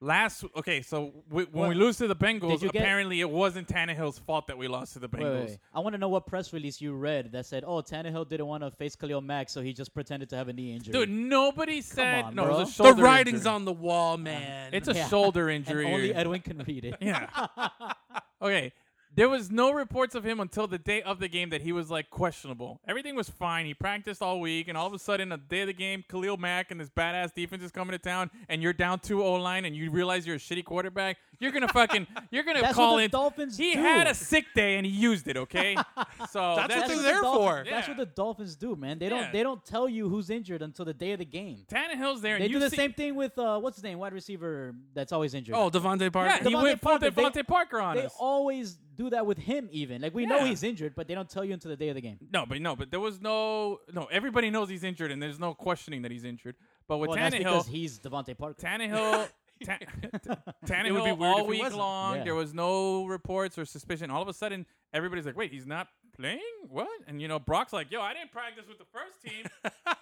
S5: last okay, so we, when we lose to the Bengals,
S3: you get-
S5: apparently it wasn't Tannehill's fault that we lost to the Bengals.
S3: Wait, wait, wait. I want to know what press release you read that said, "Oh, Tannehill didn't want to face Khalil Mack, so he just pretended to have a knee injury."
S5: Dude, nobody said
S3: on,
S5: no. It
S3: bro.
S5: was a
S3: The
S5: shoulder
S6: the writing's
S5: injury.
S6: on the wall, man.
S5: Uh-huh. It's a
S3: Yeah.
S5: shoulder
S3: and
S5: injury.
S3: only
S5: or-
S3: Edwin can read it.
S5: Yeah. okay. There was no reports of him until the day of the game that he was like questionable. Everything was fine. He practiced all week, and all of a sudden, the day of the game, Khalil Mack and this badass defense is coming to town, and you're down two O line, and you realize you're a shitty quarterback. You're gonna fucking, you're gonna
S3: That's what
S5: call
S3: the
S5: in.
S3: Dolphins
S5: he
S3: do.
S5: had a sick day, and he used it. Okay, so
S6: That's what
S5: that's
S6: they're
S3: the
S6: there
S3: Dolphins-
S6: for.
S3: That's
S5: Yeah.
S3: what the Dolphins do, man. They don't
S5: Yeah.
S3: they don't tell you who's injured until the day of the game.
S5: Tannehill's there.
S3: They
S5: and
S3: do
S5: you
S3: the
S5: see-
S3: same thing with uh, what's his name, wide receiver that's always injured.
S6: oh, Devontae Parker.
S5: Yeah, he
S3: Devontae
S5: went full
S3: Parker, they-
S5: Devontae Parker on
S3: they
S5: us.
S3: always do that with him. Even like we know
S5: Yeah.
S3: he's injured, but they don't tell you until the day of the game.
S5: No, but no, but there was no no. Everybody knows he's injured, and there's no questioning that he's injured. But with
S3: Well, that's
S5: Tannehill,
S3: because he's Devontae Parker.
S5: Tannehill. Ta- Tannehill
S6: It would be weird
S5: all
S6: if he
S5: week
S6: wasn't.
S5: long.
S3: Yeah.
S5: There was no reports or suspicion. All of a sudden, everybody's like, "Wait, he's not playing? What?" And you know, Brock's like, "Yo, I didn't practice with the first team.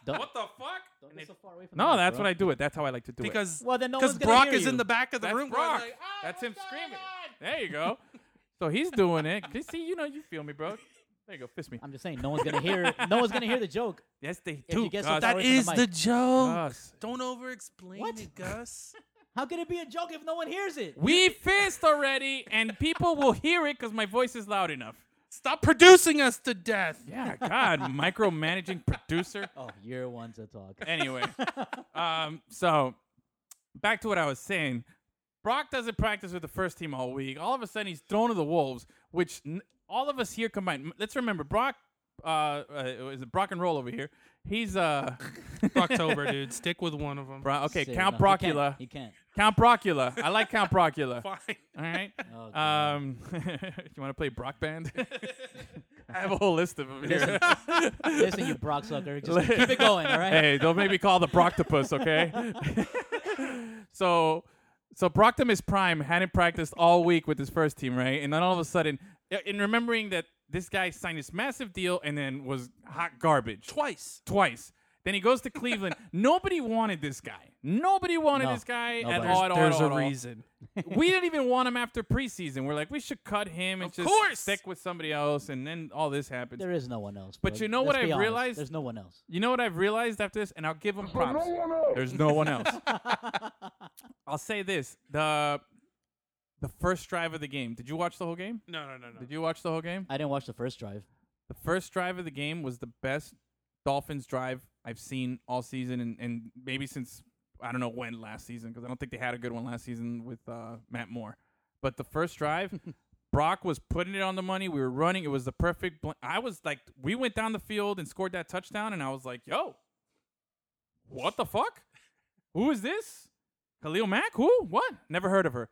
S3: Don't-
S5: what the fuck?"
S3: Don't
S5: And
S3: get
S5: it-
S3: so far away from the
S5: no,
S3: mic,
S5: that's
S3: bro.
S5: what I do. It. That's how I like to do it.
S6: because
S3: Well, then no
S6: because
S3: one's gonna
S6: Brock
S3: hear
S6: is
S3: you.
S6: in the back of the
S5: that's
S6: room. going
S5: Brock.
S6: like, "Ah,
S5: that's him screaming. There you go. so he's doing it. You See, you know, you feel me, bro. There you go. Fist me.
S3: I'm just saying, no one's gonna hear. no one's gonna hear the joke.
S5: Yes, they
S3: If you
S5: do.
S3: get
S5: Gus.
S3: so far
S6: That
S3: away from
S6: is
S3: the
S6: the,
S3: mic. Uh,
S6: joke.
S5: Gus.
S6: Don't over explain
S3: What?
S6: it, Gus.
S3: How can it be a joke if no one hears it?
S5: We fist already, and people will hear it because my voice is loud enough.
S6: Stop producing us to death.
S5: Yeah, God, micromanaging producer.
S3: Oh, you're one to talk.
S5: Anyway, um, so back to what I was saying. Brock doesn't practice with the first team all week. All of a sudden, he's thrown to the wolves, which n- all of us here combined. m- Let's remember, Brock. Uh, uh, is it Brock and Roll over here? He's uh,
S6: October, dude. Stick with one of them.
S5: Bro- okay,
S3: Say,
S5: Count
S3: no, he can't.
S5: Brockula.
S3: He can't.
S5: Count Brockula. I like Count Brockula. All
S6: Fine.
S5: right.
S3: Oh, God.
S5: Um, you want to play Brock Band? I have a whole list of them here.
S3: Listen, you Brock sucker. Just keep it going, all right?
S5: hey, don't make me call the Broctopus, okay? so, so Broctimus Prime hadn't practiced all week with his first team, right? And then all of a sudden, in remembering that this guy signed this massive deal and then was hot garbage
S6: Twice.
S5: twice. Then he goes to Cleveland. Nobody wanted this guy. Nobody wanted
S3: No.
S5: this guy at
S3: Nobody.
S5: all. At all,
S6: There's
S5: at all,
S6: a
S5: at all.
S6: reason.
S5: we didn't even want him after preseason. We're like, we should cut him and
S6: Of
S5: just
S6: course.
S5: stick with somebody else. And then all this happens.
S3: There is no one else.
S5: But
S3: bro.
S5: you know
S3: Let's
S5: what I
S3: be honest,
S5: realized?
S3: There's no one else.
S5: You know what I've realized after this, and I'll give him props. There's no one else. I'll say this: the The first drive of the game. Did you watch the whole game?
S6: No, no, no, no.
S5: Did you watch the whole game?
S3: I didn't watch the first drive.
S5: The first drive of the game was the best Dolphins drive I've seen all season, and, and maybe since I don't know when last season because I don't think they had a good one last season with uh, Matt Moore. But the first drive, Brock was putting it on the money. We were running. It was the perfect. Bl- I was like, we went down the field and scored that touchdown, and I was like, yo, what the fuck? Who is this? Khalil Mack? Who? What? Never heard of her.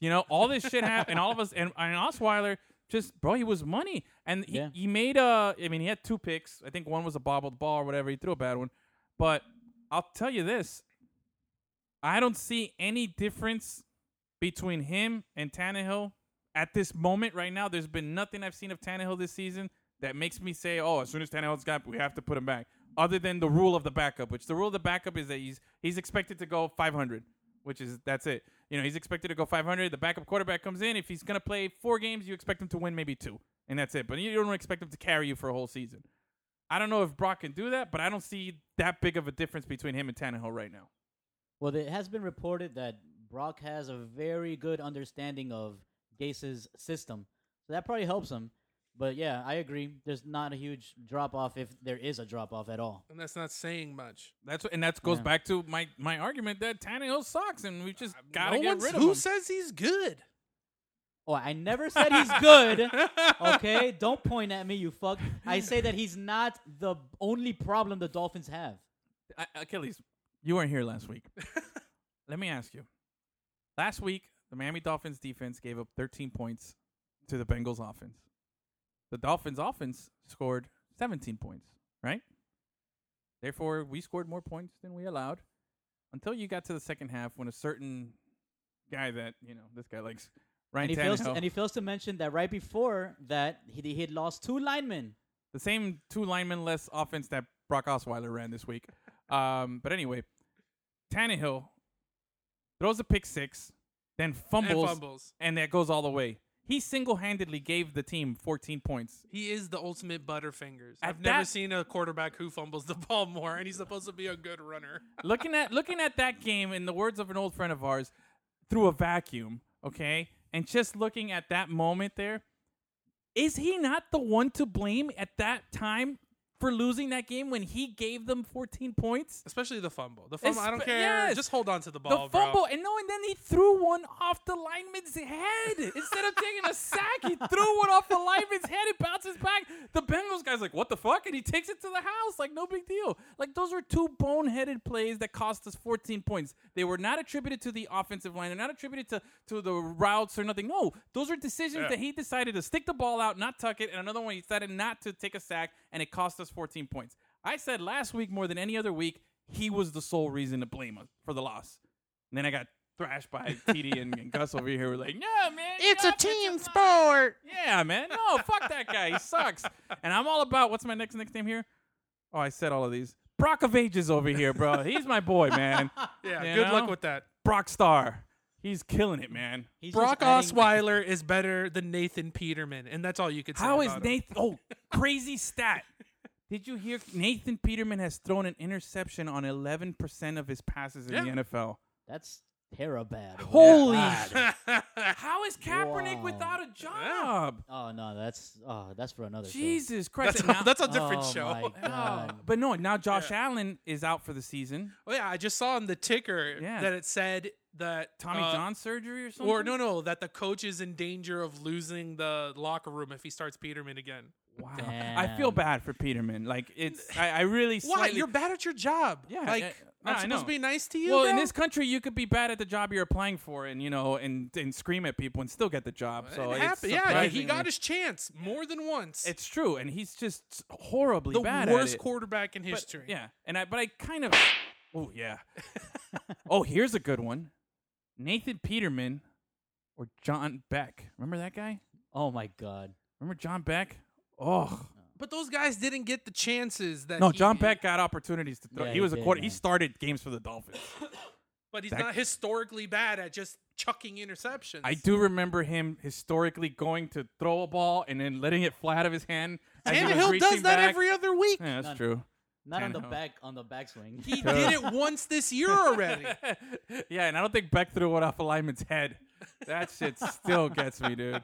S5: You know, all this shit happened, and all of us, and, and Osweiler just, bro, he was money. And he,
S3: Yeah.
S5: he made a, I mean, he had two picks. I think one was a bobbled ball or whatever. He threw a bad one. But I'll tell you this I don't see any difference between him and Tannehill at this moment right now. There's been nothing I've seen of Tannehill this season that makes me say, "Oh, as soon as Tannehill's got, we have to put him back." Other than the rule of the backup, which the rule of the backup is that he's he's expected to go 500, which is that's it. You know, he's expected to go 500. The backup quarterback comes in. If he's gonna play four games, you expect him to win maybe two, and that's it. But you don't expect him to carry you for a whole season. I don't know if Brock can do that, but I don't see that big of a difference between him and Tannehill right now.
S3: Well, it has been reported that Brock has a very good understanding of Gase's system, so that probably helps him. But yeah, I agree. There's not a huge drop off if there is a drop off at all.
S6: And that's not saying much.
S5: That's what, and that goes
S3: Yeah.
S5: back to my my argument that Tannehill sucks, and we just gotta
S6: Uh, no
S5: get
S6: one's-
S5: rid of
S6: who
S5: him.
S6: says he's good?
S3: Oh, I never said he's good. Okay, don't point at me, you fuck. I say that he's not the only problem the Dolphins have.
S5: I, Achilles, you weren't here last week. Let me ask you. Last week, the Miami Dolphins defense gave up 13 points to the Bengals offense. The Dolphins offense scored 17 points, right? Therefore, we scored more points than we allowed until you got to the second half when a certain guy that, you know, this guy likes Ryan
S3: And he
S5: Tannehill.
S3: fails. To, and he fails to mention that right before that he he had lost two linemen.
S5: the same two lineman less offense that Brock Osweiler ran this week. Um, but anyway, Tannehill throws a pick six, then fumbles,
S6: And fumbles.
S5: and that goes all the way. He single handedly gave the team 14 points.
S6: He is the ultimate butterfingers.
S5: At
S6: I've never
S5: that-
S6: seen a quarterback who fumbles the ball more, and he's supposed to be a good runner.
S5: looking at looking at that game, in the words of an old friend of ours, through a vacuum, okay, and just looking at that moment there, is he not the one to blame at that time for losing that game when he gave them 14 points?
S6: Especially the fumble. The fumble, I don't
S5: Espe-
S6: care.
S5: yes.
S6: Just hold on to the
S5: The
S6: ball, bro.
S5: fumble, and no, and then he threw one off the lineman's head. Instead of taking a sack, he threw one off the lineman's head. It bounces back. The Bengals guy's like, "What the fuck?" And he takes it to the house, like no big deal. Like those were two boneheaded plays that cost us 14 points. They were not attributed to the offensive line. They're not attributed to to the routes or nothing. No, those are decisions that he decided to stick the ball out, not tuck it, and another one he decided not to take a sack, and it cost us 14 points. I said last week more than any other week. He was the sole reason to blame us for the loss. And then I got thrashed by TD and, and Gus over here. We're like, no, man. It's a team sport. Yeah, man. No, fuck that guy. He sucks. And I'm all about what's my next nickname here? Oh, I said all of these. Brock of Ages over here, bro. He's my boy, man.
S6: yeah,
S5: you
S6: good
S5: know?
S6: luck with that.
S5: Brock Star. He's killing it, man.
S3: He's just
S6: Brock
S3: adding-
S6: Osweiler is better than Nathan Peterman, and that's all you could say.
S5: How is
S6: about him.
S5: Nathan? Oh, crazy stat. Did you hear? Nathan Peterman has thrown an interception on 11% of his passes in
S6: Yeah.
S5: the NFL.
S3: That's terrible bad.
S5: Holy
S3: God.
S5: How is Kaepernick
S3: Wow.
S5: without a job?
S3: Oh no, that's oh that's for another. show.
S5: Jesus Christ!
S6: That's
S5: and
S6: a,
S5: now-
S6: that's a different
S3: Oh,
S6: show.
S3: my God.
S5: Um, but no, now Josh Allen is out for the season.
S6: Oh yeah, I just saw on the ticker
S5: Yeah.
S6: that it said that
S5: Tommy
S6: uh,
S5: John surgery or something.
S6: or no, no, that the coach is in danger of losing the locker room if he starts Peterman again.
S5: Wow. I feel
S3: Damn.
S5: bad for Peterman. Like it's, I, I really.
S6: Why?
S5: slightly-
S6: You're bad at your job.
S5: Yeah,
S6: like
S5: uh, no,
S6: I'm
S5: I
S6: supposed
S5: know.
S6: to be nice to you.
S5: Well, in
S6: bro?
S5: this country, you could be bad at the job you're applying for, and you know, and and scream at people and still get the job. So
S6: it
S5: it's
S6: happened. Yeah, he
S5: surprising.
S6: got his chance more than once.
S5: It's true, and he's just horribly
S6: the
S5: bad at
S6: worst
S5: it.
S6: quarterback in
S5: But-
S6: history.
S5: yeah, and I but I kind of. Oh yeah. oh, here's a good one. Nathan Peterman or John Beck. Remember that guy?
S3: Oh my god.
S5: Remember John Beck? Oh
S6: But those guys didn't get the chances that
S5: no,
S6: he
S5: John
S6: did.
S5: Beck got opportunities to throw.
S3: Yeah,
S5: he,
S3: he
S5: was a
S3: did,
S5: quarter. He
S3: man.
S5: started games for the Dolphins.
S6: But he's
S5: That-
S6: not historically bad at just chucking interceptions.
S5: I do remember him historically going to throw a ball and then letting it fly out of his hand. as he was
S6: Tannehill does
S5: reaching
S6: that
S5: back.
S6: every other week.
S5: Yeah, that's
S3: None.
S5: true.
S3: Not on the
S5: Tannehill.
S3: back on the backswing.
S6: He did it once this year already.
S5: yeah, and I don't think Beck threw one off a lineman's head. That shit still gets me, dude.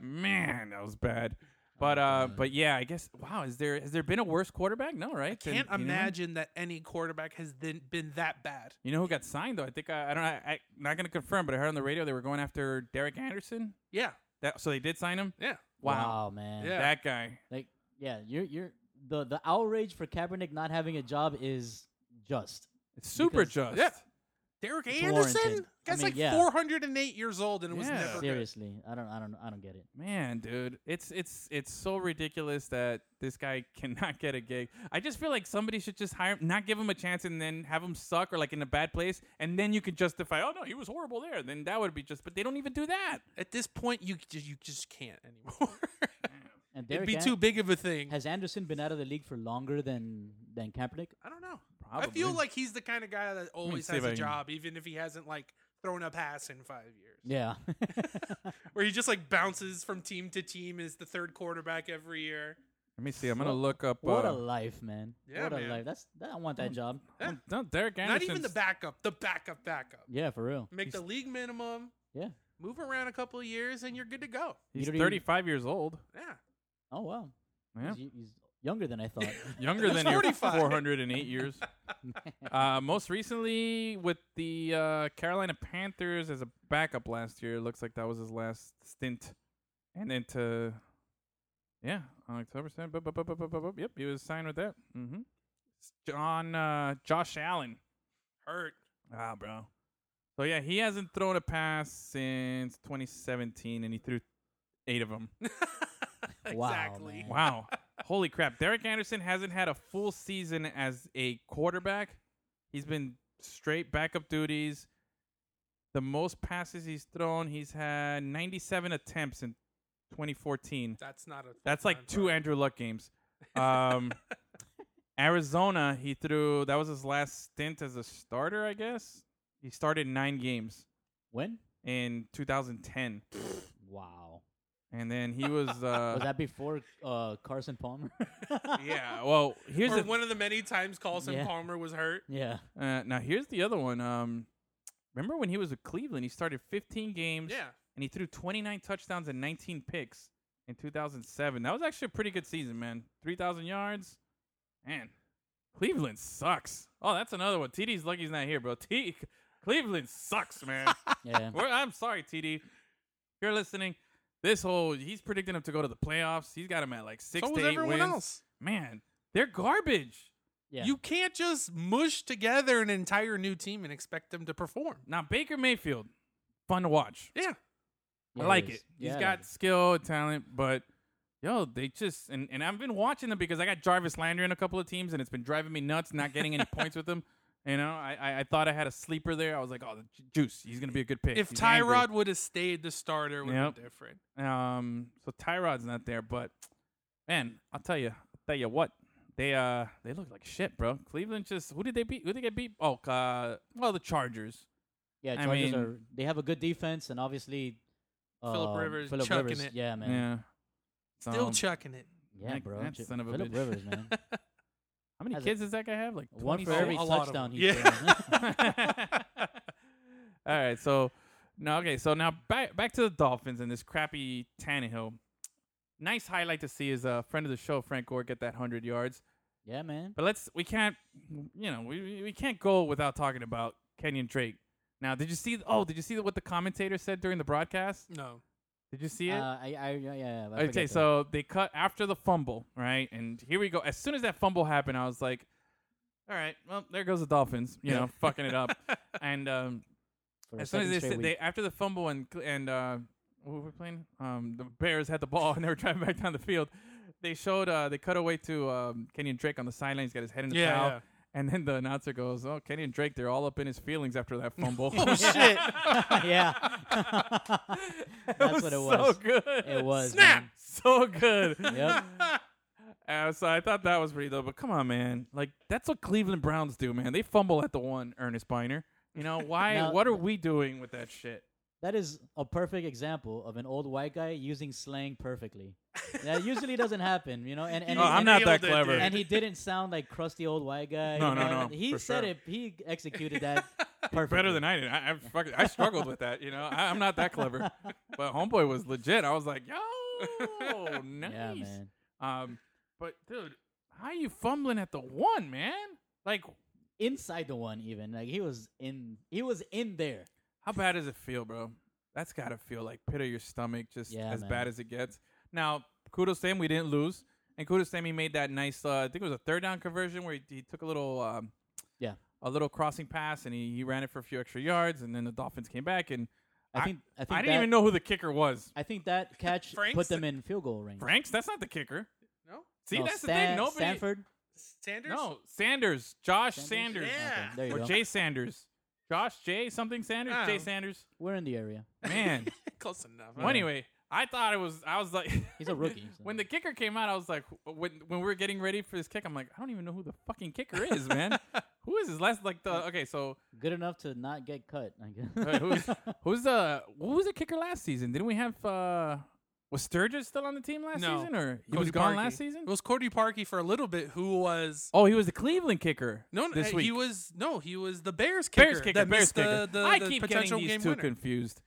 S5: Man, that was bad. But
S6: Oh,
S5: uh, but yeah, I guess. Wow, is there has there been a worse quarterback? No, right? Than
S6: Can't
S5: Keeneland?
S6: imagine that any quarterback has then been that bad.
S5: You know who got signed though? I think uh, I, I don't. know. I, I not gonna confirm, but I heard on the radio they were going after Derek Anderson.
S6: Yeah,
S5: That so they did sign him.
S6: yeah.
S5: Wow,
S3: man.
S6: Yeah.
S5: that guy.
S3: Like, yeah, you're you're the the outrage for Kaepernick not having a job is just.
S5: It's super
S3: Because-
S5: just.
S6: Yeah. Derek
S3: It's
S6: Anderson,
S3: warranted. I
S6: guy's
S3: mean,
S6: like
S3: yeah.
S6: 408 years old and was
S5: Yeah.
S6: never good.
S3: Seriously, I don't, I don't, I don't get it.
S5: Man, dude, it's it's it's so ridiculous that this guy cannot get a gig. I just feel like somebody should just hire him, not give him a chance, and then have him suck or like in a bad place, and then you could justify, oh no, he was horrible there. Then that would be just, but they don't even do that.
S6: At this point, you just, you just can't anymore.
S3: And
S6: It'd
S3: Derek
S6: be
S3: An-
S6: too big of a thing.
S3: Has Anderson been out of the league for longer than than Kaepernick?
S6: I don't know. I
S5: Probably.
S6: feel like he's the kind of guy that always
S5: see
S6: has
S5: if I
S6: a
S5: can-
S6: job, even if he hasn't like thrown a pass in five years.
S3: Yeah.
S6: Where he just like bounces from team to team and is the third quarterback every year.
S5: Let me see. I'm gonna look up.
S3: what a
S5: uh,
S3: life, man.
S6: Yeah,
S3: what a
S6: man. Mm.
S3: life. That's that, I want that job.
S6: Yeah.
S5: no, Derek Anderson.
S6: Not even the backup, the backup, backup.
S3: Yeah, for real.
S6: Make the league minimum,
S3: Yeah.
S6: move around a couple of years, and you're good to go.
S5: He's
S3: You don't even-
S5: 35 years old.
S6: Yeah.
S3: Oh wow.
S5: Yeah.
S3: He's, he's younger than I thought.
S5: Younger than your
S6: 45.
S5: 408 years. uh, most recently with the uh, Carolina Panthers as a backup last year. Looks like that was his last stint. And then to, yeah, on October 7th. bup, bup, bup, bup, bup, bup, bup. Yep, he was signed with that. Mm-hmm. John, uh, Josh Allen.
S6: Hurt.
S5: Ah, bro. So yeah, he hasn't thrown a pass since 2017, and he threw eight of them.
S6: exactly.
S3: man.
S5: Wow. Holy crap. Derek Anderson hasn't had a full season as a quarterback. He's been straight backup duties. The most passes he's thrown, he's had 97 attempts in 2014.
S6: That's not a.
S5: That's like
S6: full-time
S5: two
S6: target.
S5: Andrew Luck games. Um, Arizona, he threw, that was his last stint as a starter, I guess. He started nine games
S3: when?
S5: in 2010.
S3: Wow.
S5: And then he was. Uh,
S3: Was that before uh, Carson Palmer?
S5: yeah, well, here's
S6: Or
S5: the
S6: one of the many times Carlson
S3: Yeah.
S6: Palmer was hurt.
S3: yeah.
S5: Uh, now here's the other one. Um, remember when he was with Cleveland? He started 15 games.
S6: Yeah.
S5: And he threw 29 touchdowns and 19 picks in 2007. That was actually a pretty good season, man. 3,000 yards. Man, Cleveland sucks. Oh, that's another one. TD's lucky he's not here, bro. T- Cleveland sucks, man.
S3: Yeah.
S5: We're, I'm sorry, TD. If you're listening, this whole he's predicting him to go to the playoffs. He's got him at like six
S6: so
S5: to
S6: was
S5: eight
S6: everyone
S5: wins.
S6: else.
S5: Man, they're garbage.
S3: Yeah.
S6: You can't just mush together an entire new team and expect them to perform.
S5: Now Baker Mayfield, fun to watch.
S6: Yeah.
S3: Yeah,
S5: I like
S3: is.
S5: it.
S3: Yeah,
S5: He's got skill, talent, but yo, they just and, and I've been watching them because I got Jarvis Landry in a couple of teams and it's been driving me nuts not getting any points with them. You know, I, I I thought I had a sleeper there. I was like, oh, the ju- juice, he's gonna be a good pick.
S6: If
S5: He's angry.
S6: Tyrod would have stayed the starter, would have been different.
S5: um, so Tyrod's not there, but man, I'll tell you, I'll tell you what, they uh they look like shit, bro. Cleveland just who did they beat? Who did they get beat? Oh, uh, well, the Chargers.
S3: Yeah,
S5: I
S3: Chargers
S5: mean-
S3: are. They have a good defense, and obviously, uh,
S6: Phillip Rivers
S3: Phillip
S6: chucking
S3: Rivers.
S6: it.
S3: Yeah, man.
S5: Yeah.
S6: Still
S5: Um,
S6: chucking it.
S3: Yeah,
S5: Like
S3: bro.
S5: that
S3: Ch-
S5: son of a
S3: Phillip
S5: bitch.
S3: Rivers, man.
S5: How many
S3: Has a-
S5: kids does that guy have? Like
S3: One for
S5: 26?
S3: every
S6: a lot of
S3: touchdown
S6: them.
S3: he
S6: Yeah.
S3: throws.
S5: All right, so no, okay, so now back back to the Dolphins and this crappy Tannehill. Nice highlight to see is a friend of the show, Frank Gore, get that hundred yards.
S3: yeah, man.
S5: But let's we can't, you know, we- we we can't go without talking about Kenyon Drake. Now, did you see? Oh, did you see what the commentator said during the broadcast?
S6: No.
S5: Did you see it?
S3: Uh, I, I, yeah, yeah. I forget
S5: Okay,
S3: that.
S5: so they cut after the fumble, right? And here we go. As soon as that fumble happened, I was like, "All right, well, there goes the Dolphins, you know, fucking it up." And um,
S3: For a
S5: as soon as
S3: second
S5: they,
S3: straight
S5: said
S3: week.
S5: they after the fumble and cl- and uh, what were we playing? Um, the Bears had the ball and they were driving back down the field. They showed uh, they cut away to um, Kenyon Drake on the sideline. He's got his head in the
S6: Yeah,
S5: towel.
S6: yeah.
S5: And then the announcer goes, "Oh, Kenyon Drake, they're all up in his feelings after that fumble."
S6: Oh, shit.
S3: yeah. That's what it was.
S5: So good.
S3: It was.
S5: Snap.
S3: man.
S5: So good.
S3: Yep.
S5: Uh, so I thought that was pretty dope. But come on, man. Like that's what Cleveland Browns do, man. They fumble at the one, Ernest Biner. You know why?
S3: Now-
S5: what are we doing with that shit?
S3: That is a perfect example of an old white guy using slang perfectly. That usually doesn't happen, you know. And and,
S5: No,
S3: and,
S5: Oh, I'm not that
S6: nailed it, dude.
S5: clever.
S3: and he didn't sound like crusty old white guy.
S5: No,
S3: you
S5: no,
S3: know,
S5: no,
S3: and He
S5: for
S3: said
S5: sure.
S3: it. He executed that Perfect.
S5: better than I did. I I, fucking, I struggled with that. You know, I, I'm not that clever, but Homeboy was legit. I was like, yo, nice.
S3: Yeah, man.
S5: Um, but dude, how you fumbling at the one, man? Like,
S3: Inside the one, even like he was in, he was in there.
S5: how bad does it feel, bro? That's gotta feel like pit of your stomach, just
S3: Yeah,
S5: as
S3: man.
S5: bad as it gets. Now, kudos to him, we didn't lose, and kudos to him, he made that nice. Uh, I think it was a third down conversion where he, he took a little, um,
S3: Yeah.
S5: a little crossing pass, and he, he ran it for a few extra yards, and then the Dolphins came back, and
S3: I think, I, think
S5: I didn't
S3: that,
S5: even know who the kicker was.
S3: I think that catch put
S6: Frank's-
S3: them in field goal range.
S5: Franks, that's not the kicker.
S6: No,
S5: See,
S3: No,
S5: that's the
S3: Stan-
S5: thing. Nobody.
S3: Stanford.
S6: Sanders.
S5: No, Sanders, Josh
S3: Sanders?
S5: Sanders,
S6: Yeah.
S3: Okay, there you
S5: or
S3: go.
S5: Jay Sanders, Josh Jay something Sanders,
S6: Oh.
S5: Jay Sanders.
S3: We're in the area.
S5: Man.
S6: close enough.
S5: Well, anyway, I thought it was. I was like,
S3: He's a rookie, so-
S5: when the kicker came out, I was like, when when we were getting ready for this kick, I'm like, I don't even know who the fucking kicker is, man. who is this? Last like the okay, so
S3: Good enough to not get cut. I guess.
S5: all right, who's who's the who was the kicker last season? Didn't we have uh was Sturgis still on the team last
S6: No.
S5: season or he
S6: Cody
S5: was gone
S6: Parkey.
S5: last season?
S6: It was Cody Parkey for a little bit, who was
S5: Oh, he was the Cleveland kicker.
S6: no, no,
S5: this week
S6: he was no, he was the Bears kicker.
S5: Bears kicker.
S6: that
S5: Bears
S6: missed the,
S5: kicker.
S6: The,
S5: I
S6: the
S5: keep getting
S6: potential
S5: these
S6: game
S5: two
S6: winner.
S5: confused.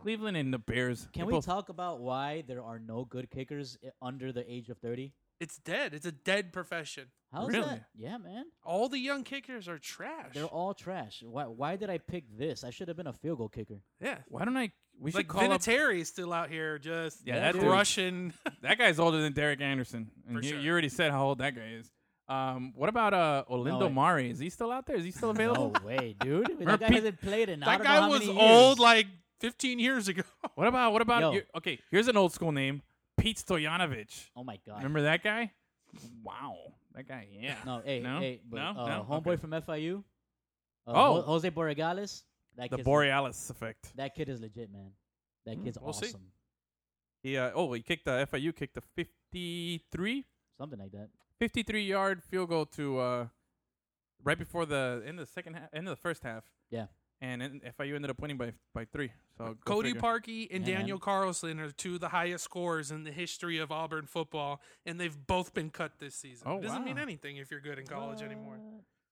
S5: Cleveland and the Bears.
S3: Can
S5: They
S3: we
S5: both-
S3: talk about why there are no good kickers i- under the age of 30?
S6: It's dead. It's a dead profession.
S3: How's
S5: Really?
S3: that? Yeah, man.
S6: All the young kickers are trash.
S3: They're all trash. Why, why did I pick this? I should have been a field goal kicker.
S6: yeah,
S5: Why don't I? We should
S6: like
S5: call up.
S6: Vinatieri's still out here just
S5: Yeah, that dude.
S6: crushing.
S5: That guy's older than Derek Anderson. And
S6: For
S5: you,
S6: sure.
S5: you already said how old that guy is. Um, what about uh, Olindo
S3: No, I-
S5: Mari? Is he still out there? Is he still available?
S3: No way, dude. That guy
S5: Repeat-
S3: hasn't played in I don't
S6: that
S3: know
S6: guy
S3: how
S6: was
S3: many years.
S6: old like 15 years ago.
S5: What about what about?
S3: Yo.
S5: your- okay, here's an old school name: Pete Stoyanovich.
S3: Oh my god.
S5: Remember that guy? Wow, that guy. Yeah.
S3: No, hey,
S5: no,
S3: hey, but,
S5: no,
S3: uh,
S5: no?
S3: homeboy
S5: Okay.
S3: from FIU. Uh,
S5: Oh.
S3: Ho- Jose Borregales.
S5: The
S3: That
S5: Hmm,
S3: kid's
S5: Borealis effect.
S3: That kid is legit, man. That kid's
S6: we'll see.
S3: awesome.
S5: He uh, oh, he kicked the FIU kicked the 53,
S3: Something like that.
S5: 53 yard field goal to uh, right before the end of the second half, end of the first half,
S3: Yeah.
S5: and then FIU ended up winning by by three. So go
S6: Cody
S5: figure.
S6: Parkey and
S3: Yeah, man.
S6: Daniel Carlson are two of the highest scorers in the history of Auburn football, and they've both been cut this season.
S5: Oh,
S6: it doesn't
S5: wow.
S6: mean anything if you're good in college anymore.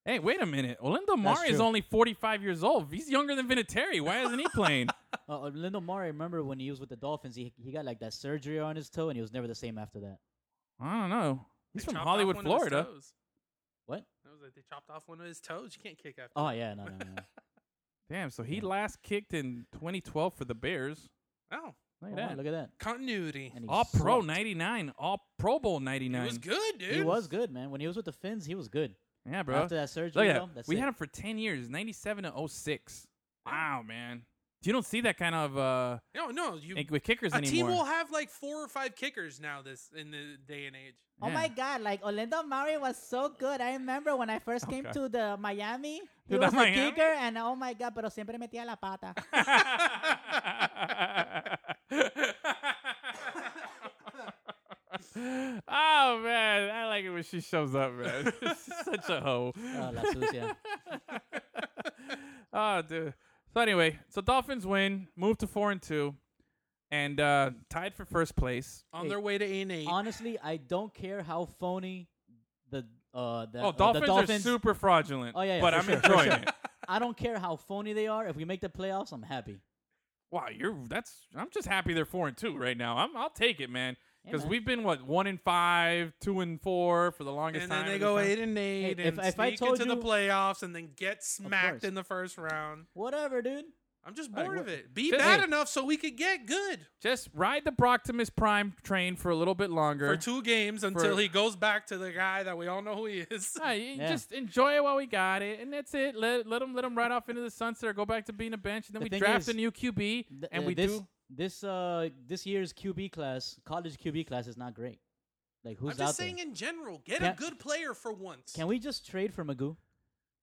S5: Hey, wait a minute. Olindo Mari is
S3: true.
S5: only 45 years old. He's younger than Vinatieri. Why isn't he playing?
S3: Uh, uh, Lindell Murray, remember when he was with the Dolphins, he, he got like that surgery on his toe and he was never the same after that.
S5: I don't know. He's
S6: They
S5: from
S6: chopped off
S5: Hollywood,
S6: one of his
S5: Florida.
S6: toes.
S3: What?
S6: That was like they chopped off one of his toes. You can't kick after.
S3: Oh, yeah, no, no, no. no.
S5: Damn, so he last kicked in 2012 for the Bears.
S6: Oh,
S5: Look at
S3: Oh,
S5: that.
S3: look at that.
S6: continuity.
S3: And he
S5: All Pro
S3: sucked.
S5: 99, All Pro Bowl
S6: He
S5: 99.
S6: was good, dude.
S3: He was good, man. When he was with the Finns, he was good.
S5: Yeah, bro.
S3: After that surgery,
S5: Look at
S3: though,
S5: that.
S3: that's
S5: We
S3: it.
S5: had him for 10 years, 97 to 06. Wow, man. You don't see that kind of uh
S6: No, no. You,
S5: like with kickers
S6: a
S5: anymore.
S6: team will have like four or five kickers now. This in the day and age.
S3: Oh
S5: Yeah.
S3: my God! Like Orlando Murray was so good. I remember when I first came
S5: Okay.
S3: to the Miami, he
S5: the
S3: was the
S5: Miami?
S3: kicker, and oh my God! Pero siempre metía la pata.
S5: oh man, I like it when she shows up, man. She's such a hoe.
S3: oh, la sucia.
S5: oh, dude. So anyway, so Dolphins win, move to four and two, and uh, tied for first place.
S6: On
S3: Hey,
S6: their way to A and A.
S3: Honestly, I don't care how phony the uh the,
S5: Oh,
S3: uh,
S5: Dolphins,
S3: the Dolphins
S5: are super fraudulent.
S3: Oh, yeah, yeah,
S5: but
S3: for
S5: I'm
S3: sure, for
S5: enjoying
S3: sure.
S5: it.
S3: I don't care how phony they are. If we make the playoffs, I'm happy.
S5: Wow, you're that's. I'm just happy they're four and two right now. I'm, I'll take it, man.
S3: Yeah,
S5: Because
S3: man.
S5: we've been what one and five, two and four for the longest
S6: And
S5: time.
S6: then they
S5: at
S6: go
S5: this time.
S6: eight and eight
S3: Hey, if-
S6: and
S3: if I
S6: sneak
S3: told
S6: into the
S3: you-
S6: playoffs and then get smacked
S3: course.
S6: in the first round.
S3: Whatever, dude.
S6: I'm just
S5: Like,
S6: bored
S5: what-
S6: of it. Be
S5: Just-
S6: bad
S5: hey.
S6: enough so we could get good
S5: Just ride the Broctimus Prime train for a little bit longer.
S6: for two games until
S5: For-
S6: he goes back to the guy that we all know who he is.
S5: Ah, you-
S3: Yeah.
S5: Just enjoy it while we got it, and that's it. Let let them let them ride off into the sunset, or go back to being a bench, and then
S3: The
S5: we
S3: thing
S5: draft
S3: is,
S5: a new QB,
S3: Th-
S5: and
S3: uh,
S5: we
S3: this,
S5: do.
S3: this uh this year's QB class, college QB class, is not great. Like who's
S6: I'm
S3: out
S6: just
S3: there?
S6: saying in general, get
S3: Can-
S6: a good player for once.
S3: Can we just trade for Magoo?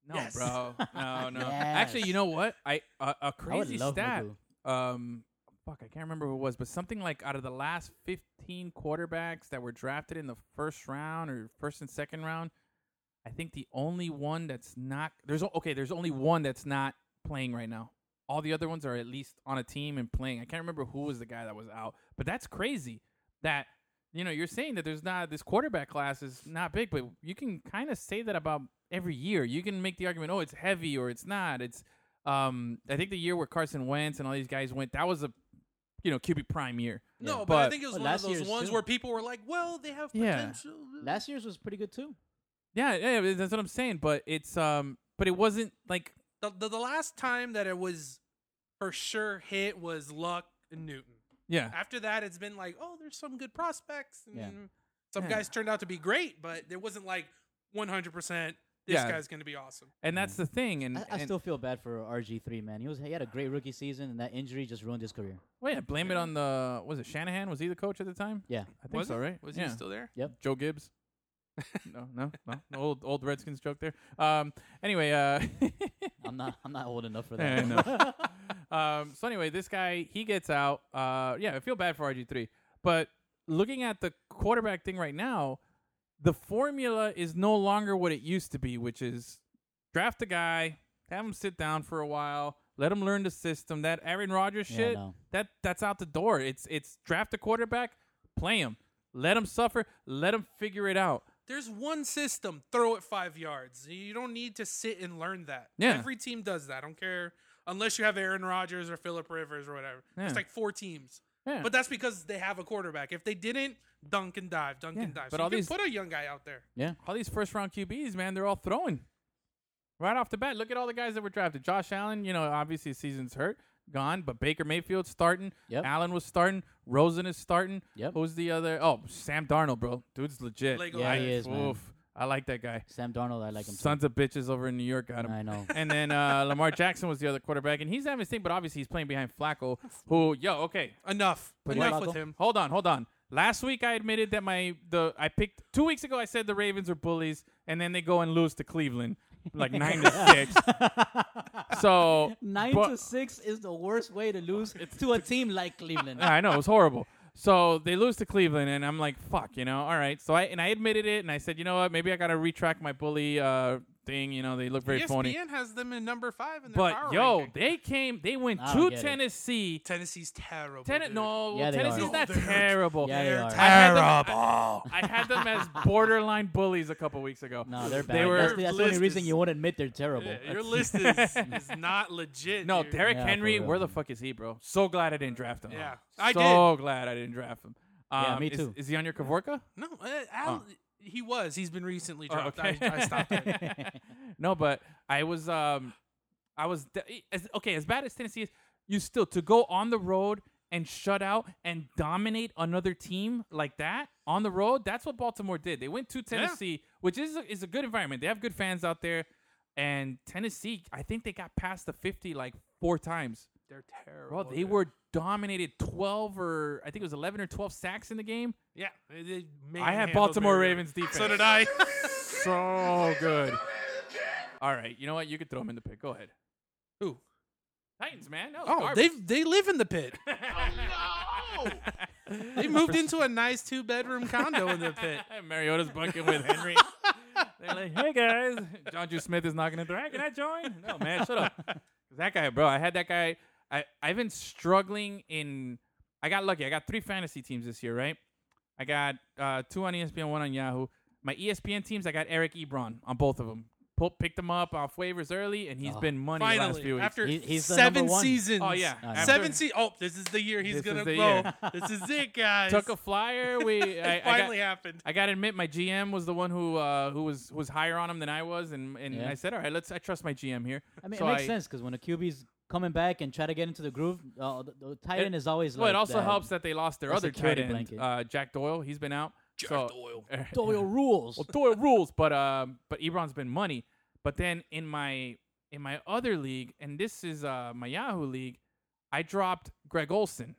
S5: No,
S6: Yes.
S5: bro. No, no.
S3: Yes.
S5: Actually, you know what? I a a
S3: I would
S5: crazy
S3: love
S5: stat.
S3: Magoo.
S5: Um, fuck, I can't remember who it was, but something like out of the last fifteen quarterbacks that were drafted in the first round or first and second round, I think the only one that's not there's o- okay, there's only one that's not playing right now. All the other ones are at least on a team and playing. I can't remember who was the guy that was out, but that's crazy. That you know, you're saying that there's not this quarterback class is not big, but you can kind of say that about every year. You can make the argument, oh, it's heavy or it's not. It's Um, I think the year where Carson Wentz and all these guys went, that was a, you know, QB prime year.
S6: No, but, I
S5: But-
S6: think it was
S3: Well,
S6: one of
S3: last
S6: those
S3: year's
S6: ones
S3: too.
S6: where people were like, "Well, they have
S5: Yeah.
S6: potential."
S3: Last year's was pretty good too.
S5: Yeah, yeah, yeah, that's what I'm saying. But it's um, but it wasn't like
S6: The, the, the last time that it was for sure hit was Luck and Newton.
S5: yeah,
S6: After that, it's been like, "Oh, there's some good prospects." And
S3: Yeah.
S6: Some
S5: Yeah.
S6: guys turned out to be great, but there wasn't like 100. percent This
S5: Yeah.
S6: guy's going to be awesome.
S5: and that's the thing. And,
S3: I, I
S5: and-
S3: still feel bad for RG three man. He was he had a great rookie season and that injury just ruined his career.
S5: well, oh, yeah, blame it on the was it Shanahan? Was he the coach at the time?
S3: Yeah.
S5: I think
S6: Was
S5: so,
S6: he?
S5: right?
S6: Was
S5: yeah.
S6: he still there?
S5: Joe Gibbs. no, no, no, no. Old old Redskins joke there. Um. Anyway. Uh.
S3: I'm not I'm not old enough for
S5: Yeah,
S3: that.
S5: I know. um, so anyway, this guy he gets out. Uh, yeah, I feel bad for RG three, but looking at the quarterback thing right now, the formula is no longer what it used to be, which is draft a guy, have him sit down for a while, let him learn the system. That Aaron Rodgers
S3: Yeah,
S5: shit
S3: no.
S5: that that's out the door. It's it's draft a quarterback, play him, let him suffer, let him figure it out.
S6: There's one system. Throw it five yards. You don't need to sit and learn that.
S5: Yeah.
S6: Every team does that. I don't care unless you have Aaron Rodgers or Philip Rivers or whatever.
S5: Yeah.
S6: It's like four teams.
S5: Yeah.
S6: But that's because they have a quarterback. If they didn't, dunk and dive, dunk
S5: Yeah,
S6: and dive.
S5: but
S6: so
S5: all
S6: you can
S5: these-
S6: put a young guy out there.
S3: Yeah.
S5: all these first round QBs, man, they're all throwing right off the bat. Look at all the guys that were drafted. Josh Allen, you know, obviously his season's hurt, gone, but Baker Mayfield starting.
S3: Yep.
S5: Allen was starting. Rosen is starting.
S3: Yep.
S5: Who's the other? Oh, Sam Darnold, bro. Dude's legit.
S6: Lego
S3: Yeah,
S6: guy.
S3: he is, man.
S5: Oof. I like that guy.
S3: Sam Darnold, I like him. too.
S5: Sons of bitches over in New York got him.
S3: I know.
S5: And then uh, Lamar Jackson was the other quarterback, and he's having his thing, but obviously he's playing behind Flacco, who, yo, okay,
S6: Enough.
S5: But
S6: Enough
S5: wait,
S6: with him.
S5: Hold on, hold on. Last week I admitted that my the I picked two weeks ago I said the Ravens are bullies and then they go and lose to Cleveland like nine to six. So
S3: Nine
S5: but-
S3: to six is the worst way to lose to a team like Cleveland.
S5: I know it was horrible. So they lose to Cleveland and I'm like fuck, you know. All right, so I and I admitted it and I said you know what maybe I gotta retract my bully uh thing. You know they look
S3: E
S5: very
S6: ESPN
S5: phony.
S6: has them in number five in their
S5: But
S6: power
S5: yo,
S6: ranking.
S5: they came. They went
S3: I don't
S5: to
S3: get it.
S5: Tennessee.
S6: Tennessee's terrible.
S5: Ten-
S6: dude.
S5: no,
S3: Yeah, they
S5: Tennessee's
S3: are.
S5: not
S6: No, they're-
S5: terrible.
S3: Yeah, they
S6: They're
S3: are.
S5: I had them- I-
S4: Terrible.
S5: I had them as borderline bullies a couple weeks ago.
S3: No, they're bad.
S5: They were
S3: that's the, that's the only
S6: list
S3: reason
S6: is-
S3: you won't admit they're terrible.
S6: Yeah, your list is, is not legit.
S5: no
S6: dude.
S5: Derrick
S3: Yeah, for
S5: Henry.
S3: real.
S5: Where the fuck is he, bro? So glad I didn't draft him.
S6: Yeah,
S5: so
S6: I
S5: So glad I didn't draft him. Um,
S3: Yeah, me
S5: is-
S3: too.
S5: Is, he on your Kavorka?
S6: No, uh, Al, he was. He's been recently
S5: Oh,
S6: dropped. I, I stopped it.
S5: no, but I was um, I was de- as, okay. As bad as Tennessee is, you still to go on the road and shut out and dominate another team like that on the road. That's what Baltimore did. They went to Tennessee, which is a, is a good environment. They have good fans out there, and Tennessee. I think they got past the fifty like four times.
S6: They're terrible.
S5: Bro, they
S6: dude.
S5: were dominated 12 or I think it was 11 or 12 sacks in the game.
S6: Yeah, they- they
S5: I had
S6: manhandled
S5: Baltimore
S6: Mariota.
S5: Ravens defense.
S6: So did I.
S5: So good. All right, you know what? You could throw them in the pit. Go ahead.
S6: Who?
S5: Titans, man. That was
S6: Oh,
S5: garbage.
S6: they they live in the pit. Oh, They moved into a nice two bedroom condo in the pit.
S5: Mariota's bunking with Henry. They're like, hey guys, John Juice Smith is knocking at the door. Can I join? No, man, shut up. 'Cause That guy, bro. I had that guy. I I've been struggling in. I got lucky. I got three fantasy teams this year, right? I got uh, two on ESPN, one on Yahoo. My E ESPN teams, I got Eric Ebron on both of them. Pull, picked him up off waivers early, and he's
S3: Oh.
S5: been money the last few
S6: Finally,
S5: weeks.
S6: after
S3: He- he's the
S6: seven
S3: number one.
S6: seasons.
S5: oh yeah,
S3: I know.
S5: After-
S6: Seven se- Oh, this is the year he's
S5: This
S6: gonna
S5: is the
S6: go.
S5: year.
S6: this is it, guys.
S5: Took a flyer. We
S6: it
S5: I, I got-
S6: finally happened.
S5: I gotta admit, my GM was the one who uh, who was who was higher on him than I was, and, and
S3: Yeah.
S5: I said, all right, let's. I trust my GM here.
S3: I mean,
S5: So
S3: it makes
S5: I-
S3: sense because when a QB's coming back and try to get into the groove, uh, the, the tight end is always
S5: Well,
S3: like
S5: it also
S3: that.
S5: helps that they lost their
S3: a
S5: other tight
S3: security
S5: end,
S3: blanket.
S5: uh, Jack Doyle. He's been out. Jack Doyle.
S3: Doyle rules.
S5: well, Doyle rules, but um, but Ebron's been money. But then in my in my other league, and this is uh my Yahoo league, I dropped Greg Olson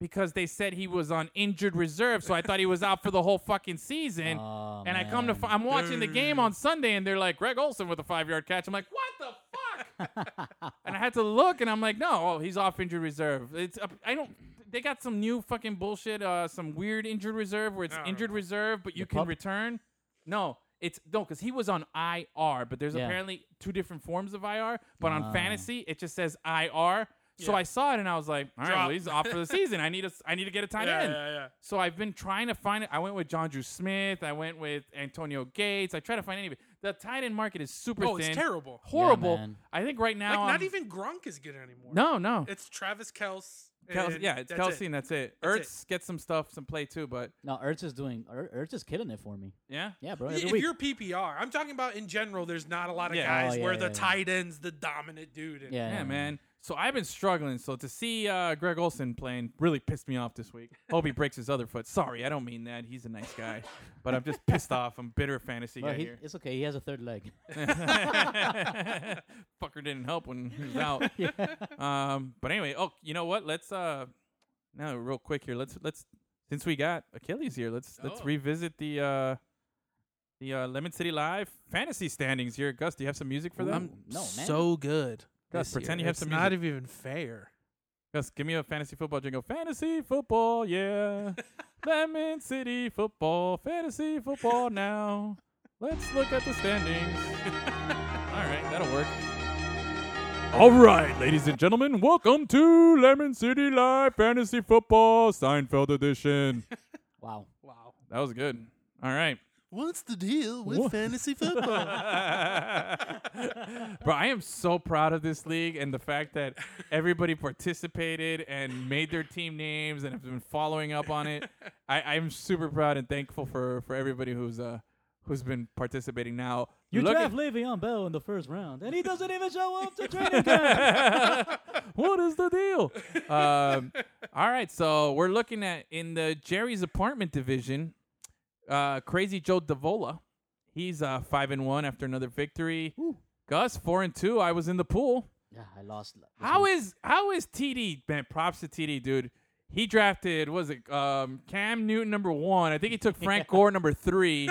S5: because they said he was on injured reserve, so I thought he was out for the whole fucking season.
S3: Oh,
S5: and I come to,
S3: man.
S5: fi- I'm watching the game on Sunday, and they're like Greg Olson with a five yard catch. I'm like, what the fuck? and I had to look, and I'm like, no, oh, he's off injured reserve. It's up, I don't. They got some new fucking bullshit, uh, some weird injured reserve where it's
S6: I don't
S5: injured reserve, but you can
S3: pup?
S5: return. No, it's no, because he was on IR, but there's
S3: Yeah.
S5: apparently two different forms of IR. But on
S3: Ah.
S5: fantasy, it just says IR. So
S6: Yeah.
S5: I saw it and I was like, all right,
S6: Drop.
S5: well, he's off for the season. I need a, I need to get a tight
S6: Yeah,
S5: end.
S6: yeah, yeah.
S5: So I've been trying to find it. I went with John Drew Smith. I went with Antonio Gates. I try to find any of it. The tight end market is super
S6: Oh,
S5: thin.
S6: it's terrible.
S5: Horrible.
S3: man.
S5: I think right now.
S6: Like not
S5: I'm-
S6: even Gronk is good anymore.
S5: No, no.
S6: it's Travis Kels.
S5: Kelsey,
S6: and
S5: yeah, it's
S6: that's
S5: Kelsey
S6: it.
S5: and that's it.
S6: That's
S5: Ertz gets some stuff, some play too, but
S3: No, Ertz is doing. Er- Ertz is killing it for me.
S5: yeah.
S3: Yeah, bro.
S6: Y-
S3: Every
S6: If
S3: week.
S6: you're PPR, I'm talking about in general. There's not a lot of
S5: Yeah.
S6: guys
S3: Oh, yeah,
S6: where
S3: yeah,
S6: the
S3: yeah.
S6: tight end's the dominant dude. And
S3: Yeah,
S5: Yeah, man. So I've been struggling. So to see uh, Greg Olson playing really pissed me off this week. Hope he breaks his other foot. Sorry, I don't mean that. He's a nice guy, but I'm just pissed off. I'm bitter fantasy
S3: Well,
S5: guy
S3: he-
S5: here.
S3: it's okay. He has a third leg.
S5: Fucker didn't help when he was out. Um, but anyway, oh, you know what? Let's uh, now real quick here. Let's let's since we got Achilles here, let's let's
S6: Oh.
S5: revisit the uh, the uh, Lemon City Live fantasy standings here. Gus, do you have some music for them?
S3: Ooh, no, man.
S6: so good.
S5: Gus,
S6: this
S5: pretend you
S6: year.
S5: have
S6: It's
S5: some
S6: not
S5: music.
S6: even fair.
S5: Gus, give me a fantasy football jingle. Fantasy football, yeah. Lemon City football, fantasy football now. Let's look at the standings. All right, that'll work. All right, ladies and gentlemen, welcome to Lemon City Live Fantasy Football Seinfeld Edition.
S3: Wow.
S6: Wow.
S5: That was good. All right.
S6: What's the deal with
S5: What?
S6: fantasy football?
S5: Bro, I am so proud of this league and the fact that everybody participated and made their team names and have been following up on it. I, I'm super proud and thankful for, for everybody who's uh who's been participating. Now
S3: You
S5: look
S3: draft Le'Veon Bell in the first round, and he doesn't even show up to training camp.
S5: what is the deal? Um, all right, so we're looking at in the Jerry's apartment division. Uh, Crazy Joe Davola, he's uh, five and one after another victory. Gus four and two. I was in the pool.
S3: Yeah, I lost. this
S5: How
S3: week.
S5: is how is TD man? Props to TD, dude. He drafted what was it um, Cam Newton number one. I think he took Frank Gore number three.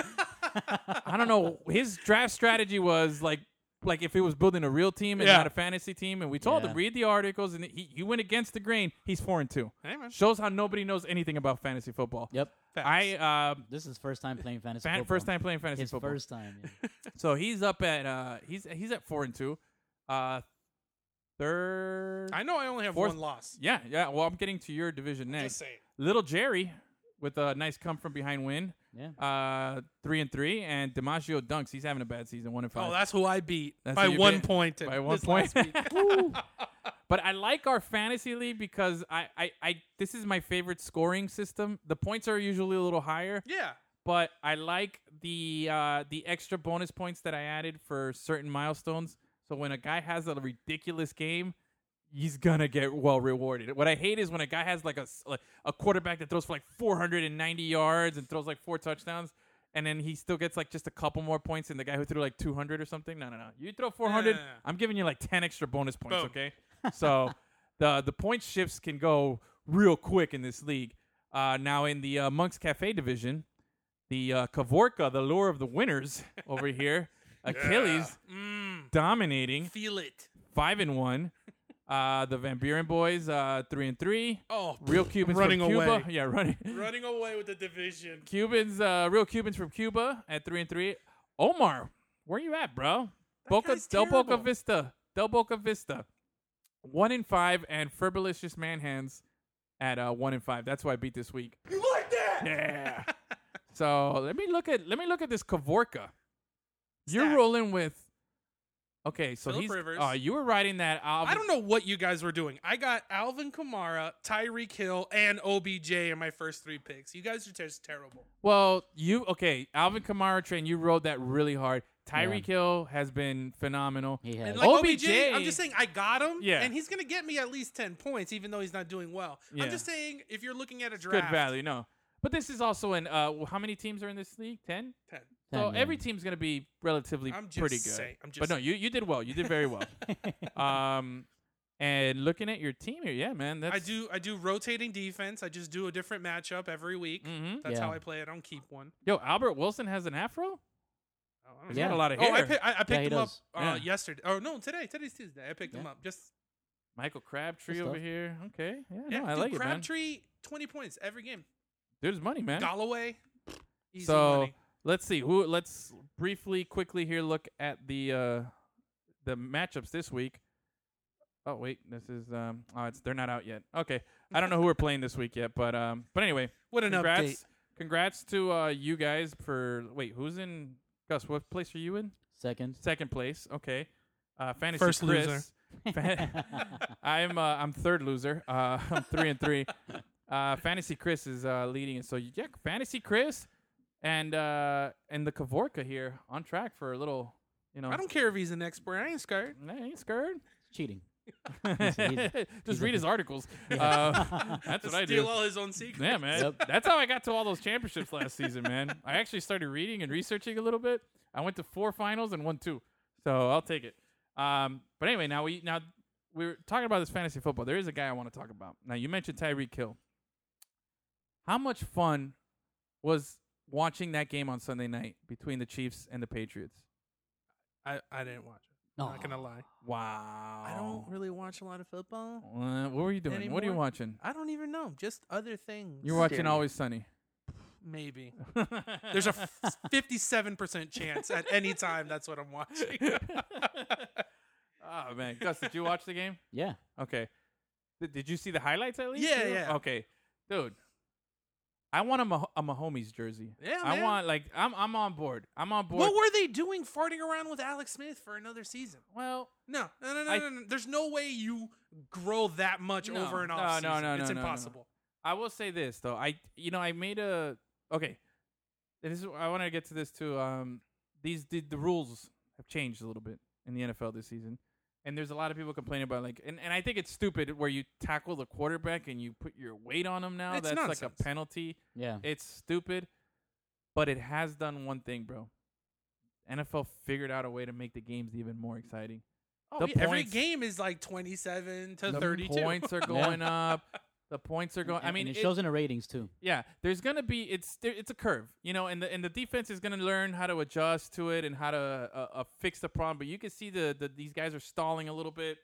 S5: I don't know. His draft strategy was like like if he was building a real team and
S6: Yeah.
S5: not a fantasy team. And we told
S3: Yeah.
S5: him read the articles, and he, he went against the grain. He's four and two.
S6: hey man,
S5: Shows how nobody knows anything about fantasy football.
S3: Yep.
S5: I uh,
S3: This is first time playing fantasy.
S5: fan,
S3: football.
S5: first time playing fantasy
S3: His
S5: football.
S3: first time. yeah.
S5: So he's up at uh he's he's at four and two, uh third.
S6: I know I only have
S5: Fourth-
S6: one loss.
S5: Yeah, yeah. Well, I'm getting to your division
S6: Just
S5: next.
S6: saying.
S5: Little Jerry with a nice come from behind win.
S3: Yeah.
S5: Uh, three and three, and DiMaggio dunks. He's having a bad season, one and five.
S6: Oh, that's who I beat
S5: That's
S6: by
S5: who you
S6: one
S5: beat.
S6: point.
S5: By one
S6: this last
S5: point.
S6: week.
S5: but I like our fantasy league because I, I, I, this is my favorite scoring system. The points are usually a little higher,
S6: yeah.
S5: but I like the uh, the extra bonus points that I added for certain milestones. So when a guy has a ridiculous game, he's gonna get well rewarded. What I hate is when a guy has like a s- like a quarterback that throws for like 490 yards and throws like four touchdowns. And then he still gets like just a couple more points than the guy who threw like 200 or something. No, no, no. You throw 400,
S6: no, no.
S5: I'm giving you like 10 extra bonus points,
S6: Boom.
S5: okay? so the the point shifts can go real quick in this league. Uh, now in the uh, Monks Cafe division, the uh, Kavorka, the lure of the winners over here, Achilles
S6: Mm,
S5: dominating
S6: feel it.
S5: five and one. Uh, the Van Buren boys uh, three and three.
S6: Oh,
S5: Real Cubans
S6: running
S5: from Cuba,
S6: away.
S5: yeah, running.
S6: running away with the division.
S5: Cubans, uh, real Cubans from Cuba at three and three. Omar, where you at, bro? Boca
S6: guy's
S5: Del Boca
S6: terrible.
S5: Vista, Del Boca Vista, one in five, and Ferbalicious Manhands at uh, one in five. That's who I beat this week. You like that? Yeah. so let me look at let me look at this Kavorka. You're
S6: Stat.
S5: rolling with. Okay, so
S6: Phillip
S5: he's.
S6: Rivers.
S5: Uh, you were riding that.
S6: I don't know what you guys were doing. I got Alvin Kamara, Tyreek Hill, and OBJ in my first three picks. You guys are just terrible.
S5: Well, you okay? Alvin Kamara train. You rode that really hard. Tyreek Hill has been phenomenal.
S3: He has.
S6: And like OBJ,
S5: OBJ
S6: I'm just saying I got him,
S5: Yeah.
S6: and he's going to get me at least 10 points, even though he's not doing well.
S5: Yeah.
S6: I'm just saying, if you're looking at a draft,
S5: Good value, no. But this is also in. Uh, well, how many teams are in this league? Ten.
S6: 10.
S5: So
S3: Ten,
S5: every
S3: yeah.
S5: team's gonna be relatively
S6: I'm just
S5: pretty good.
S6: saying- I'm just
S5: but no, you you did well. You did very well. um, and looking at your team here, yeah, man. That's,
S6: I do I do rotating defense. I just do a different matchup every week.
S5: Mhm.
S6: That's
S3: Yeah.
S6: how I play. I don't keep one.
S5: Yo, Albert Wilson has an afro.
S6: Oh, I don't
S3: Yeah.
S5: Got a lot of
S6: Oh,
S5: hair.
S6: I, pick, I, I picked
S3: he
S6: him up
S3: does.
S6: uh,
S5: Yeah.
S6: yesterday. Oh no, today. Today's Tuesday. I picked him
S3: Yeah.
S6: up. Just
S5: Michael Crabtree
S3: Good
S5: over
S3: stuff.
S5: here. Okay, yeah,
S6: yeah,
S5: no, I
S6: dude,
S5: like it, man.
S6: Crabtree, twenty points every game.
S5: Dude, it's money, man.
S6: Galloway, easy
S5: so
S6: money.
S5: let's see who. Let's briefly, quickly here look at the uh, the matchups this week. Oh wait, this is um. Oh, it's they're not out yet. Okay, I don't know who we're playing this week yet, but um. But anyway,
S6: What an
S5: congrats,
S6: update.
S5: Congrats to uh you guys for wait who's in Gus? What place are you in?
S3: Second.
S5: Second place. Okay. Uh, fantasy
S6: First
S5: Chris.
S6: loser.
S5: Fan- I'm uh, I'm third loser. Uh, I'm three and three. Uh, fantasy Chris is uh, leading, so yeah, fantasy Chris and uh, and the Kavorka here on track for a little, you know.
S6: I don't care if he's an expert. I ain't scared.
S5: Nah, ain't scared.
S3: Cheating.
S5: Just read his articles. Uh, that's what I
S6: Steal
S5: do.
S6: all his own secrets.
S5: Yeah, man.
S3: Yep.
S5: That's how I got to all those championships last season, man. I actually started reading and researching a little bit. I went to four finals and won two, so I'll take it. Um, but anyway, now we now we were talking about this fantasy football. There is a guy I want to talk about. Now you mentioned Tyreek Hill. How much fun was watching that game on Sunday night between the Chiefs and the Patriots?
S6: I, I didn't watch it. Not gonna lie.
S5: Wow.
S6: I don't really watch a lot of football.
S5: Uh, what were you doing? What are you
S6: Anymore?
S5: watching?
S6: I don't even know. Just other things.
S5: You're watching Always Sunny.
S6: Maybe. There's a f- 57% chance at any time that's what I'm watching.
S5: oh man, Gus, did you watch the game?
S3: Yeah.
S5: Okay. Th- did you see the highlights at least?
S6: Yeah,
S5: too?
S6: yeah.
S5: Okay, dude. I want a, Mah- a Mahomes jersey.
S6: Yeah,
S5: I
S6: man.
S5: want like I'm I'm on board. I'm on board.
S6: what were they doing farting around with Alex Smith for another season?
S5: well,
S6: No, no, no, no,
S5: I-
S6: no, no. There's no way you grow that much
S5: No,
S6: over an
S5: no,
S6: off
S5: no, no, no,
S6: It's
S5: no, no.
S6: impossible.
S5: I will say this though. I you know I made a okay. This is I want to get to this too. Um, these the, the rules have changed a little bit in the NFL this season, and there's a lot of people complaining about like and, and I think it's stupid where you tackle the quarterback and you put your weight on him now.
S6: It's
S5: That's like
S6: nonsense.
S5: a penalty.
S3: Yeah.
S5: It's stupid, but it has done one thing, bro. NFL figured out a way to make the games even more exciting.
S6: Oh,
S5: The
S6: yeah, every
S5: points-
S6: game is like 27 to
S5: the
S6: 32.
S5: points are going up. The points are going. I
S3: And-
S5: mean,
S3: and it
S5: it-
S3: shows in the ratings too.
S5: yeah, there's gonna be it's there, it's a curve, you know, and the and the defense is gonna learn how to adjust to it and how to uh, uh, fix the problem. But you can see the, the these guys are stalling a little bit,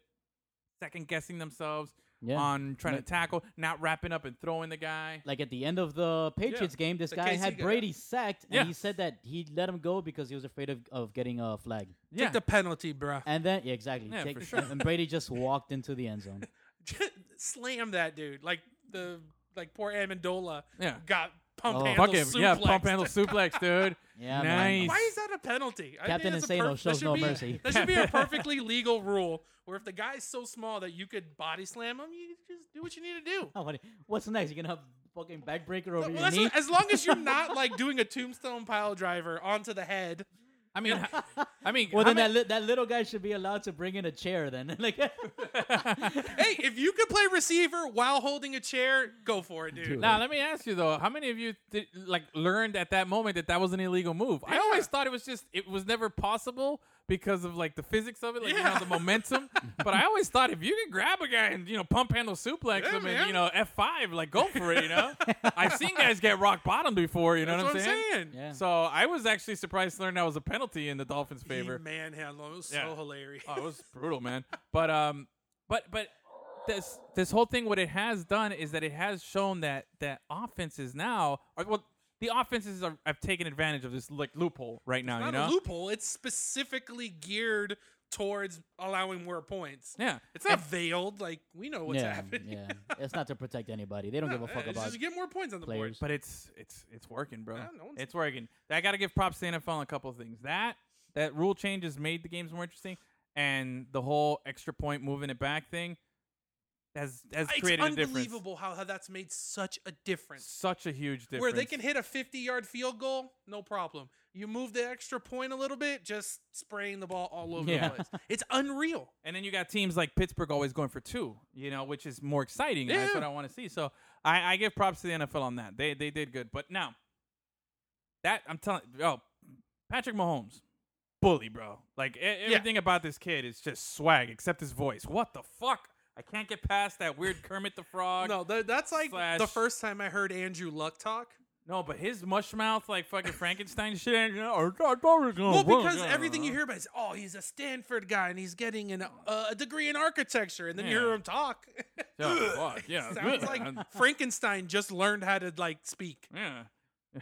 S5: second guessing themselves
S3: Yeah.
S5: on trying to
S3: Like-
S5: tackle, not wrapping up and throwing the guy.
S3: Like at the end of the Patriots game, this
S6: The
S3: guy
S6: KC
S3: had
S6: guy.
S3: Brady sacked, and
S5: Yeah.
S3: he said that he let him go because he was afraid of, of getting a flag.
S5: yeah,
S6: Take the penalty, bruh.
S3: And then, yeah, exactly.
S5: Yeah,
S3: Take-
S5: for sure.
S3: And Brady just walked into the end zone.
S6: Slam that dude. Like the like poor Amendola
S5: Yeah.
S6: got pump
S3: Oh.
S6: handle
S5: fuck him, yeah, pump handle suplex, dude.
S3: Yeah, man.
S5: nice.
S6: Why is that a penalty? I
S3: Captain
S6: think that's a
S3: Insano
S6: that
S3: shows
S6: should
S3: no
S6: be-
S3: mercy.
S6: That should be a perfectly legal rule where if the guy's so small that you could body slam him, you just do what you need to do.
S3: Oh, what- What's next? You're gonna have fucking backbreaker over
S6: Well,
S3: your
S6: that's
S3: knee?
S6: what- as long as you're not like doing a tombstone pile driver onto the head,
S5: I mean, h- I mean,
S3: well,
S5: how
S3: then
S5: ma-
S3: that, li- that little guy should be allowed to bring in a chair. Then, like,
S6: hey, if you could play receiver while holding a chair, go for it, dude.
S3: Dude.
S5: Now let me ask you though, how many of you did, like learned at that moment that that was an illegal move? I always thought it was just it was never possible because of like the physics of it, like you know
S6: Yeah.
S5: the momentum. but I always thought if you could grab a guy and you know pump handle suplex
S6: Yeah,
S5: him and
S6: man.
S5: you know F five, like go for it. You know, I've seen guys get rock bottomed before. You know
S6: That's
S5: what I'm saying?
S3: yeah,
S5: So I was actually surprised to learn that was a penalty in the Dolphins' favor.
S6: He manhandled him. It was
S5: Yeah.
S6: so hilarious.
S5: Oh, it was brutal, man. But um, but but this this whole thing, what it has done is that it has shown that that offenses now are well, the offenses are have taken advantage of this like loophole right now.
S6: not
S5: you know,
S6: a loophole. It's specifically geared towards allowing more points.
S5: yeah,
S6: It's not veiled. Like we know what's
S3: yeah,
S6: happening.
S3: yeah. It's not to protect anybody. They don't give a fuck
S6: It's
S3: about
S6: just get more points on the
S3: players.
S6: board.
S5: but it's it's it's working, bro.
S6: Yeah, no one's-
S5: it's working. I got to give props to NFL on a couple of things. That that rule change has made the games more interesting, and the whole extra point moving it back thing has has
S6: It's
S5: created a difference.
S6: unbelievable how, how that's made such a difference.
S5: Such a huge difference.
S6: Where they can hit a 50 yard field goal, no problem. You move the extra point a little bit, just spraying the ball all over
S5: Yeah.
S6: the place. It's unreal.
S5: And then you got teams like Pittsburgh always going for two, you know, which is more exciting. That's
S6: Yeah.
S5: what I want to see. So I, I give props to the NFL on that. They they did good. But now that I'm telling oh Patrick Mahomes, bully, bro. Like e- everything about this kid is just swag, except his voice. What the fuck? I can't get past that weird Kermit the Frog.
S6: No, th- that's like
S5: Slash-
S6: the first time I heard Andrew Luck talk.
S5: no, but his mush mouth, like fucking Frankenstein shit.
S6: Well,
S5: Well,
S6: because everything you hear about is, oh, he's a Stanford guy and he's getting an, uh, a degree in architecture, and then you
S5: Yeah. Oh,
S6: hear him talk.
S5: uh, yeah, fuck, yeah,
S6: Sounds like Frankenstein just learned how to like speak.
S5: yeah,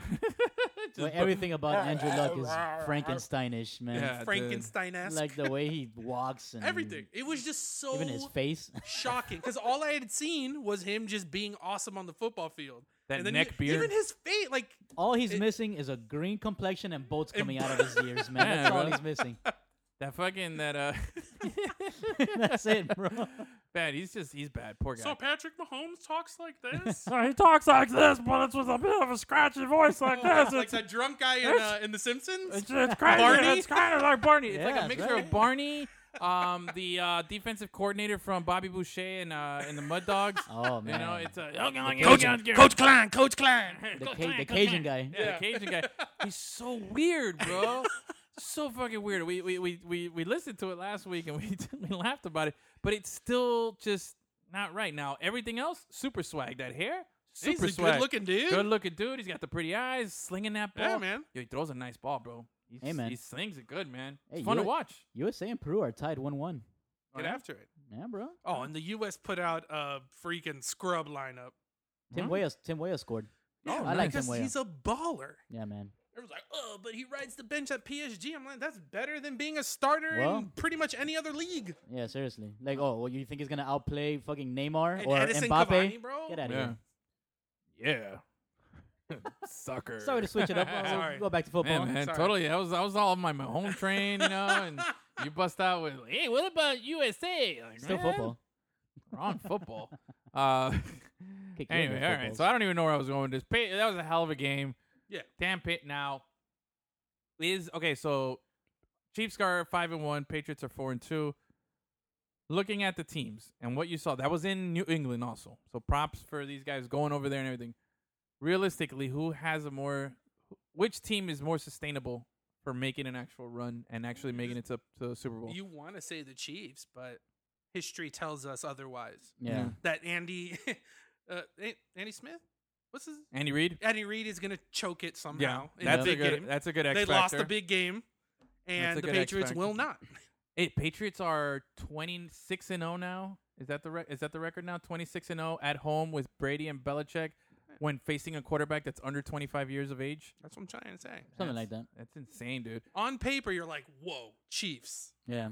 S5: Just
S3: Well,
S5: bu-
S3: everything about Andrew Luck is Frankensteinish, man.
S5: Yeah, dude.
S6: Frankenstein esque.
S3: Like the way he walks and
S6: everything. Oh. It was just so
S3: even his face.
S6: shocking because all I had seen was him just being awesome on the football field.
S5: That
S6: and then
S5: neck
S6: you-
S5: beard.
S6: even his fate, like
S3: All he's
S6: It-
S3: missing is a green complexion and bolts
S6: And
S3: coming out of his ears, man.
S5: Yeah,
S3: That's all
S5: bro.
S3: he's missing.
S5: That fucking that uh
S3: That's it, bro.
S5: bad. He's just he's bad. Poor guy.
S6: so Patrick Mahomes talks like this. Oh,
S5: So he talks like this, but it's with a bit of a scratchy voice like this.
S6: like
S5: It's,
S6: that drunk guy in, uh, in The Simpsons.
S5: it's, it's crazy.
S6: Barney?
S5: It's kind of like Barney. It's like
S3: Yeah,
S5: a mixture
S3: right.
S5: of Barney, um, the uh, defensive coordinator from Bobby Boucher and uh, and the Mud Dogs.
S3: Oh
S5: You
S3: man,
S5: know, it's a
S6: Coach Klein, Coach Klein.
S3: the, ca- the Cajun guy.
S5: Yeah, the Cajun guy. He's so weird, bro. so fucking weird. We we, we we we listened to it last week and we we laughed about it, but it's still just not right. Now everything else, super swag. That hair,
S6: He's
S5: super
S6: a
S5: swag.
S6: good looking dude.
S5: Good looking dude. He's got the pretty eyes, slinging that ball.
S6: Yeah, man.
S5: Yo, he throws a nice ball, bro. He's,
S3: Hey, man.
S5: He slings it good, man.
S3: Hey,
S5: it's fun to
S3: you-
S5: watch.
S3: USA and Peru are tied one-one.
S6: Get after it.
S3: Yeah, bro.
S6: Oh, and the U.S. put out a freaking scrub lineup.
S3: Tim Weah, Tim Weah scored.
S5: Oh,
S6: Yeah,
S3: I like
S6: because
S3: Tim Weah.
S6: he's a baller.
S3: yeah, man.
S6: Everyone's like, oh, but he rides the bench at PSG. I'm like, that's better than being a starter
S3: Well-
S6: in pretty much any other league.
S3: Yeah, seriously. Like, oh, well, you think he's gonna outplay fucking Neymar
S6: And
S3: or
S6: Edison
S3: Mbappe?
S6: Cavani, bro.
S3: Get out of here.
S5: Yeah. Sucker.
S3: Sorry to switch it up. I'll
S6: Sorry.
S3: Go back to football.
S5: Man, man,
S6: Sorry.
S5: totally. That was that was all on my, my home train, you know. And you bust out with, "Hey, what about USA?" Like,
S3: Still
S5: man,
S3: football.
S5: We're on football. uh,
S3: Kick you in
S5: anyway,
S3: the
S5: all right.
S3: footballs.
S5: So I don't even know where I was going with this. Pa- that was a hell of a game.
S6: Yeah.
S5: Damn pit now is okay. So Chiefs are five and one. Patriots are four and two. Looking at the teams and what you saw, that was in New England also. So props for these guys going over there and everything. Realistically, who has a more, which team is more sustainable for making an actual run and actually making it to, to the Super Bowl?
S6: You want to say the Chiefs, but history tells us otherwise.
S3: Yeah.
S6: That Andy, uh, A- Andy Smith, what's his?
S5: Andy Reid.
S6: Andy Reid is gonna choke it somehow. in
S5: that's
S6: the
S5: a
S6: big
S5: good.
S6: game.
S5: That's a good. X
S6: they lost
S5: factor.
S6: the big game, and
S5: a
S6: the
S5: good X
S6: Patriots will not.
S5: Hey, Patriots are twenty six and zero now. Is that the re- is that the record now? Twenty six and zero at home with Brady and Belichick when facing a quarterback that's under twenty five years of age.
S6: That's what I'm trying to say.
S3: Something like
S5: That's-
S3: that.
S5: That's insane, dude.
S6: On paper, you're like, whoa, Chiefs.
S3: Yeah.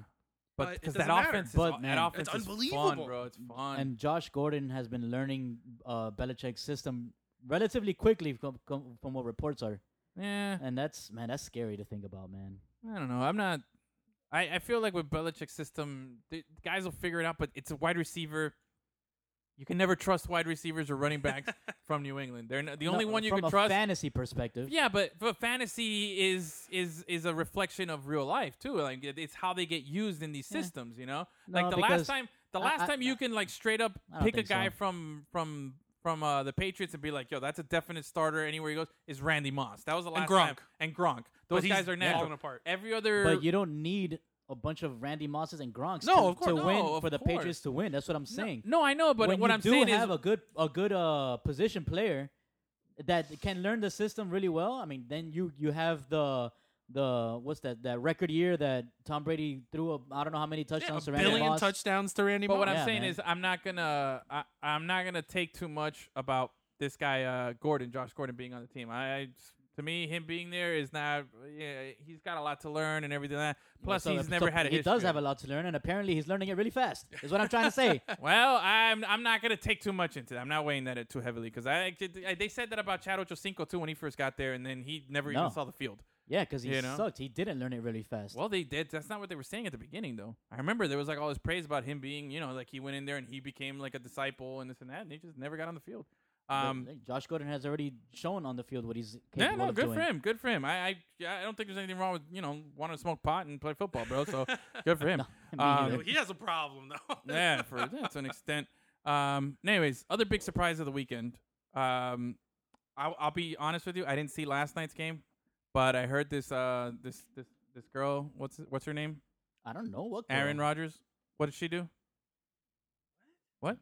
S6: But
S5: But
S6: Uh, it
S5: because
S6: doesn't
S5: that
S6: matter.
S5: offense, is,
S3: But,
S5: that
S3: man,
S5: offense
S6: it's
S5: is fun,
S6: unbelievable.
S5: bro. It's fun.
S3: And Josh Gordon has been learning uh, Belichick's system relatively quickly from, com- from what reports are,
S5: yeah,
S3: and that's man, that's scary to think about, man.
S5: I don't know. I'm not. I, I feel like with Belichick's system, the guys will figure it out. But it's a wide receiver. You can never trust wide receivers or running backs from New England. They're not, the only
S3: No,
S5: one you
S3: from
S5: can
S3: a
S5: trust.
S3: fantasy perspective.
S5: Yeah, but but fantasy is is is a reflection of real life too. Like it- it's how they get used in these systems. You know,
S3: No,
S5: like the last
S3: because
S5: time, the
S3: I-
S5: last
S3: I-
S5: time you can like straight up
S3: I don't
S5: pick a
S3: think
S5: guy
S3: so.
S5: from from from uh, the Patriots and be like, yo, that's a definite starter anywhere he goes is Randy Moss. That was the last time.
S6: Gronk.
S5: And Gronk. Those
S6: he's
S5: guys are natural.
S6: falling apart.
S5: Every other.
S3: But you don't need a bunch of Randy Mosses and Gronks
S5: No,
S3: to,
S5: of course-
S3: to
S5: no,
S3: win
S5: of
S3: for the
S5: course.
S3: Patriots to win. That's what I'm saying.
S5: no, I know, but
S3: when
S5: what
S3: you
S5: I'm
S3: do
S5: saying
S3: have
S5: is,
S3: a good a good uh, position player that can learn the system really well. I mean, then you you have the the what's that that record year that Tom Brady threw a I don't know how many touchdowns to Randy
S6: Billion
S3: Moss.
S6: touchdowns to Randy
S5: But what
S6: Moss.
S5: I'm
S3: Yeah,
S5: saying
S3: man.
S5: is, I'm not gonna, I, I'm not gonna take too much about this guy, uh, Gordon, Josh Gordon, being on the team. I, I to me, him being there is not. Yeah, he's got a lot to learn and everything. Like that. Plus,
S3: So-
S5: he's
S3: so
S5: never had a.
S3: He does
S5: history.
S3: have a lot to learn, and apparently he's learning it really fast. Is what I'm trying to say.
S5: Well, I'm I'm not gonna take too much into that. I'm not weighing that too heavily because I, I they said that about Chad Ochocinco too when he first got there, and then he never
S3: No.
S5: even saw the field.
S3: Yeah, because he
S5: You know?
S3: sucked. He didn't learn it really fast.
S5: Well, they did. That's not what they were saying at the beginning, though. I remember there was like all this praise about him being, you know, like he went in there and he became like a disciple and this and that, and he just never got on the field.
S3: But,
S5: Um,
S3: like, Josh Gordon has already shown on the field what he's capable
S5: Yeah, no,
S3: of
S5: good
S3: doing.
S5: for him. Good for him. I, I, yeah, I don't think there's anything wrong with you know wanting to smoke pot and play football, bro. So good for him.
S3: me
S5: um,
S3: neither.
S6: he has a problem though.
S5: yeah, for yeah, to an extent. Um, anyways, other big surprise of the weekend. Um, I'll, I'll be honest with you. I didn't see last night's game, but I heard this. Uh, this this this girl. What's what's her name?
S3: I don't know what.
S5: Aaron
S3: girl.
S5: Rodgers. What did she do? What?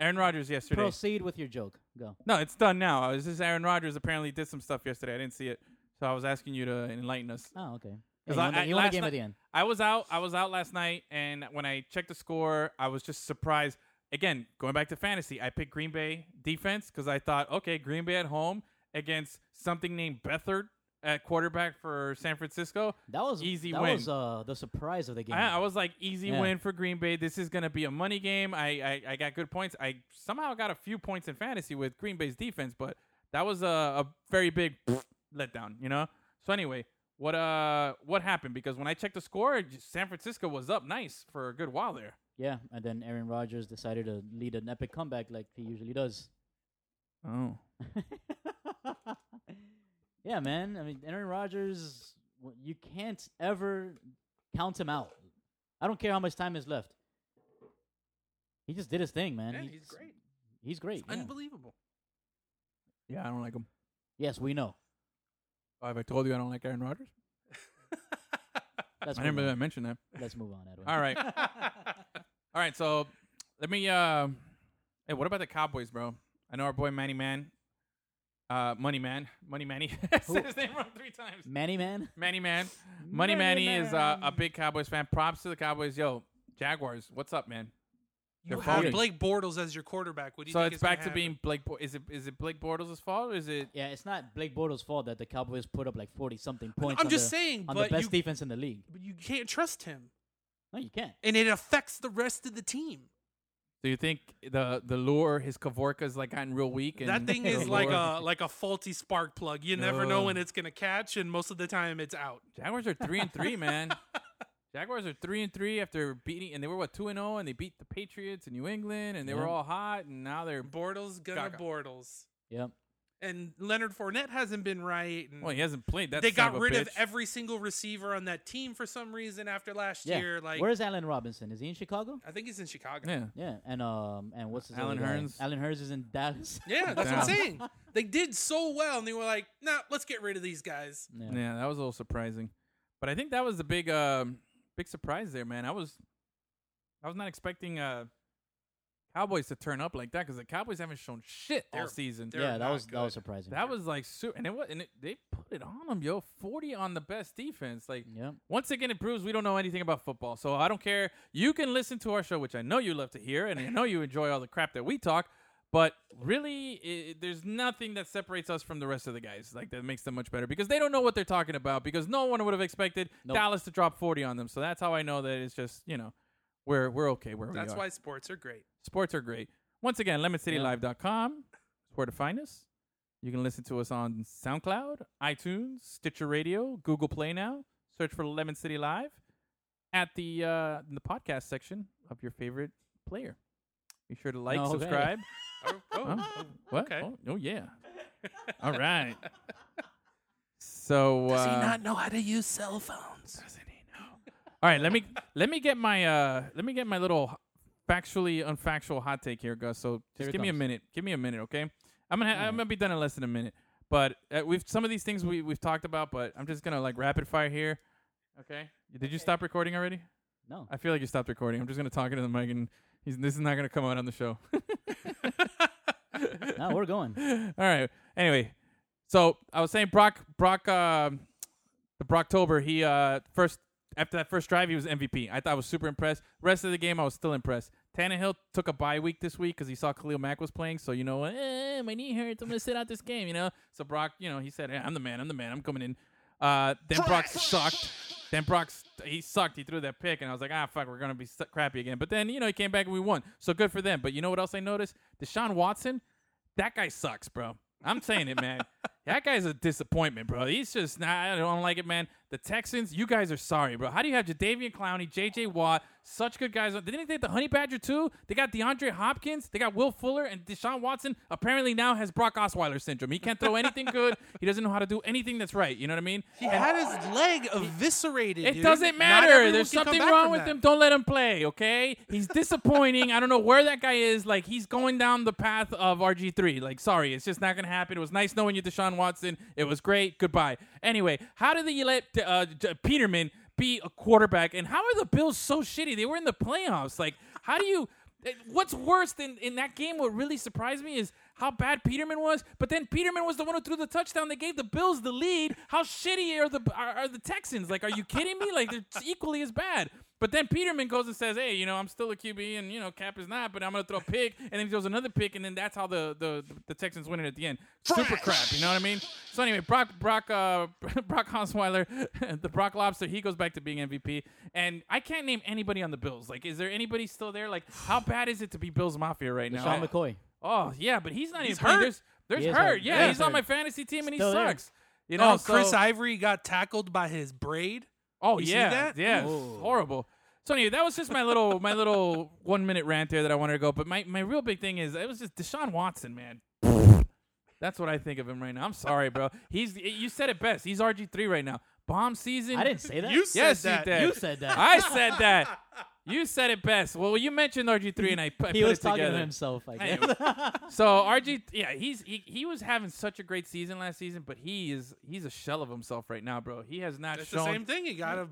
S5: Aaron Rodgers yesterday.
S3: Proceed with your joke. Go.
S5: No, it's done now. I was just Aaron Rodgers apparently did some stuff yesterday. I didn't see it, so I was asking you to enlighten us.
S3: Oh, okay. Yeah,
S5: 'Cause
S3: you
S5: I-
S3: won the,
S5: I-
S3: you won the
S5: last
S3: game
S5: night-
S3: at the end.
S5: I was out. I was out last night, and when I checked the score, I was just surprised. Again, going back to fantasy, I picked Green Bay defense because I thought, okay, Green Bay at home. against something named Bethard at quarterback for San Francisco.
S3: That was
S5: Easy
S3: That
S5: win.
S3: was uh, the surprise of the game.
S5: I, I was like, easy
S3: Yeah.
S5: win for Green Bay. This is going to be a money game. I, I I got good points. I somehow got a few points in fantasy with Green Bay's defense, but that was a, a very big letdown, you know. So anyway, what uh what happened? Because when I checked the score, j- San Francisco was up nice for a good while there.
S3: yeah, and then Aaron Rodgers decided to lead an epic comeback like he usually does.
S5: Oh,
S3: yeah, man. I mean, Aaron Rodgers, w- you can't ever count him out. I don't care how much time is left. He just did his thing, man.
S6: Yeah, he's great.
S3: He's great. yeah.
S6: Unbelievable.
S5: yeah, I don't like him.
S3: Yes, we know.
S5: Have I told you I don't like Aaron Rodgers?
S3: Let's
S5: I
S3: move
S5: never
S3: on.
S5: mentioned that.
S3: Let's move on, Edwin.
S5: All right, all right. So let me. Uh, hey, what about the Cowboys, bro? I know our boy Manny Man, uh, Money Man, Money Manny. I said his name wrong three times.
S3: Manny Man.
S5: Manny Man, Money
S6: Manny
S5: Manny is uh, a
S6: Man.
S5: big Cowboys fan. Props to the Cowboys, yo. Jaguars, what's up, man?
S6: You
S5: They're
S6: have
S5: folding.
S6: Blake Bortles as your quarterback. What do you
S5: So
S6: think
S5: it's
S6: is gonna
S5: back to
S6: happen?
S5: being Blake. Bo- is it is it Blake Bortles' fault? Or is it?
S3: Yeah, it's not Blake Bortles' fault that the Cowboys put up like forty something points.
S6: I'm
S3: on
S6: just
S3: the-
S6: saying,
S3: on
S6: but
S3: the best
S6: you-
S3: defense in the league.
S6: But you can't trust him,
S3: No, you can't.
S6: and it affects the rest of the team.
S5: Do you think the the lure his Kavorka's like gotten real weak? And
S6: That thing
S5: the
S6: is like
S5: lure-
S6: a like a faulty spark plug. You never know
S5: Ugh.
S6: when it's gonna catch, and most of the time it's out.
S5: Jaguars are three and three, man. Jaguars are three and three after beating, and they were what two and zero, and they beat the Patriots and New England, and they were
S3: Yeah.
S5: all hot, and now they're
S6: Bortles gonna
S5: Gaga.
S6: Bortles,
S3: Yep.
S6: and Leonard Fournette hasn't been right. And
S5: well, he hasn't played. That
S6: they
S5: son
S6: got
S5: a
S6: rid of
S5: bitch.
S6: every single receiver on that team for some reason after last
S3: Yeah.
S6: year. Like,
S3: Where's Allen Robinson? Is he in Chicago?
S6: I think he's in Chicago.
S5: Yeah,
S3: Yeah, and um, and what's his
S5: Allen
S3: other guy?
S5: Hurns.
S3: Allen Hurns is in Dallas.
S6: Yeah, that's what
S5: Damn.
S6: I'm saying. They did so well, and they were like, "Nah, let's get rid of these guys."
S5: yeah, that was a little surprising, but I think that was the big, um, big surprise there, man. I was, I was not expecting uh, Cowboys to turn up like that because the Cowboys haven't shown shit all
S6: They're-
S5: season.
S6: they're
S3: Yeah, that
S6: not
S3: was that was
S6: good.
S3: surprising.
S5: That was like, su- and it was, and it, they put it on them, yo. Forty on the best defense, like.
S3: Yep.
S5: Once again, it proves we don't know anything about football. So I don't care. You can listen to our show, which I know you love to hear, and I know you enjoy all the crap that we talk. But really, i there's nothing that separates us from the rest of the guys. Like that makes them much better because they don't know what they're talking about. Because no one would have expected
S3: Nope.
S5: Dallas to drop 40 on them. So that's how I know that it's just you know we're we're okay where
S6: That's
S5: we are.
S6: why sports are great.
S5: sports are great. Once again, lemoncitylive.com is where to find us. You can listen to us on SoundCloud, iTunes, Stitcher Radio, Google Play now. Search for Lemon City Live at the uh, in the podcast section of your favorite player. Be sure to like,
S3: Okay.
S5: subscribe.
S6: Oh, oh,
S5: Huh?
S6: oh,
S5: What?
S6: Okay.
S5: Oh, oh, yeah. All right. So uh,
S6: know how to use cell phones?
S5: doesn't he know? All right, let me let me get my uh let me get my little factually unfactual hot take here, Gus. So just
S3: Here it
S5: give me a
S3: comes. Mm-hmm.
S5: minute. Give me a minute, okay? I'm gonna ha- I'm gonna be done in less than a minute. But uh, we've some of these things we we've talked about, but I'm just gonna like rapid fire here. Okay. Did you stop recording already?
S3: No.
S5: I feel like you stopped recording. I'm just gonna talk into the mic, and he's, this is not gonna come out on the show.
S3: no, we're going.
S5: All right. Anyway, so I was saying Brock Brock uh, the Brocktober. He uh first after that first drive, he was MVP. I thought I was super impressed. Rest of the game, I was still impressed. Tannehill took a bye week this week because he saw Khalil Mack was playing. So you know, eh, my knee hurts. I'm gonna sit out this game. You know. So Brock, you know, he said, hey, "I'm the man. I'm the man. I'm coming in." Uh, then Brock sucked. Then Brock st- he sucked. He threw that pick, and I was like, "Ah, fuck, we're gonna be su- crappy again." But then you know he came back and we won. So good for them. But you know what else I noticed? Deshaun Watson, that guy sucks, bro. I'm saying it, man. that guy's a disappointment, bro. He's just not. I don't like it, man. The Texans, you guys are sorry, bro. How do you have Jadavian Clowney, J.J. Watt, such good guys? Didn't they take the Honey Badger too? They got DeAndre Hopkins. They got Will Fuller and Deshaun Watson. Apparently now has Brock Osweiler syndrome. He can't throw anything good. He doesn't know how to do anything that's right. You know what I mean?
S6: He had his leg eviscerated.
S5: It
S6: dude.
S5: doesn't
S6: Not
S5: matter.
S6: everyone
S5: There's
S6: can come
S5: something
S6: back
S5: wrong
S6: from
S5: with
S6: that.
S5: him. Don't let him play, okay? He's disappointing. I don't know where that guy is. Like, he's going down the path of RG3. Like, sorry, it's just not going to happen. It was nice knowing you, Deshaun Watson. It was great. Goodbye. Anyway, how did they let uh, J- Peterman be a quarterback? And how are the Bills so shitty? They were in the playoffs. Like, how do you. eh, What's worse than in that game? What really surprised me is how bad Peterman was. But then Peterman was the one who threw the touchdown that gave the Bills the lead. How shitty are the are, are the Texans? Like, are you kidding me? Like, they're equally as bad. But then Peterman goes and says, "Hey, you know, I'm still a QB, and you know, Cap is not, but I'm gonna throw a pick." And then he throws another pick, and then that's how the the, the Texans win it at the end. Super crap, you know what I mean? So anyway, Brock Brock uh, Brock Osweiler, the Brock Lobster, he goes back to being MVP, and I can't name anybody on the Bills. Like, is there anybody still there? Like, how bad is it to be Bills Mafia right now?
S3: Sean McCoy.
S5: Oh yeah, but he's not even playing.
S6: hurt.
S5: There's, there's
S3: He is
S5: hurt.
S3: hurt.
S5: Yeah,
S3: He
S5: he's
S3: is
S5: on my
S3: hurt.
S5: fantasy team and
S3: Still
S5: he
S3: there.
S5: sucks. You know,
S6: oh, Chris
S5: so-
S6: Ivory got tackled by his braid.
S5: Oh
S6: You see
S5: yeah,
S6: that? Oh.
S5: yeah,
S3: Ooh.
S5: horrible. So anyway, that was just my little my little one minute rant there that I wanted to go. But my, my real big thing is it was just Deshaun Watson, man. That's what I think of him right now. I'm sorry, bro. He's you said it best. He's RG three right now. Bomb season.
S3: I didn't say that.
S6: You said
S5: Yes,
S6: that.
S5: you did.
S3: You said that.
S5: I said that. You said it best. Well, you mentioned RG three, and I, pu- I
S3: he
S5: put
S3: was
S5: it
S3: talking
S5: together.
S3: to himself. I guess.
S5: Anyway. So RG, yeah, he's he, he was having such a great season last season, but he is he's a shell of himself right now, bro. He has not
S6: It's
S5: shown.
S6: the same thing. He got a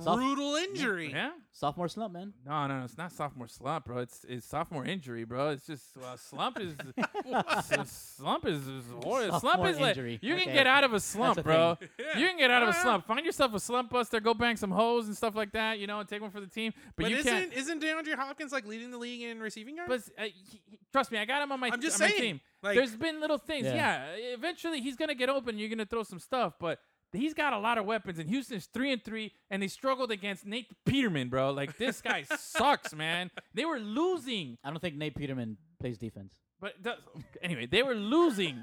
S3: Soft-
S6: brutal injury.
S5: Yeah.
S3: Sophomore slump, man.
S5: No, no, no, it's not sophomore slump, bro. It's it's sophomore injury, bro. It's just uh, slump is s- slump is, is hor- slump
S3: Sophomore
S5: is like
S3: injury.
S5: you can
S3: Okay.
S5: get out of a slump,
S3: a
S5: bro.
S3: thing.
S5: You can get out of a slump. Find yourself a slump buster, go bang some hoes and stuff like that, you know, and take one for the team. But,
S6: But
S5: you
S6: isn't
S5: can't.
S6: isn't DeAndre Hopkins like leading the league in receiving yards?
S5: But uh, he- he- trust me, I got him on my.
S6: I'm just
S5: on my
S6: saying,
S5: team.
S6: like-
S5: There's been little things. Yeah.
S3: Yeah.
S5: eventually he's gonna get open. You're gonna throw some stuff, but. He's got a lot of weapons, and Houston's three and three, and they struggled against Nate Peterman, bro. Like this guy sucks, man. They were losing.
S3: I don't think Nate Peterman plays defense.
S5: But it does, anyway, they were losing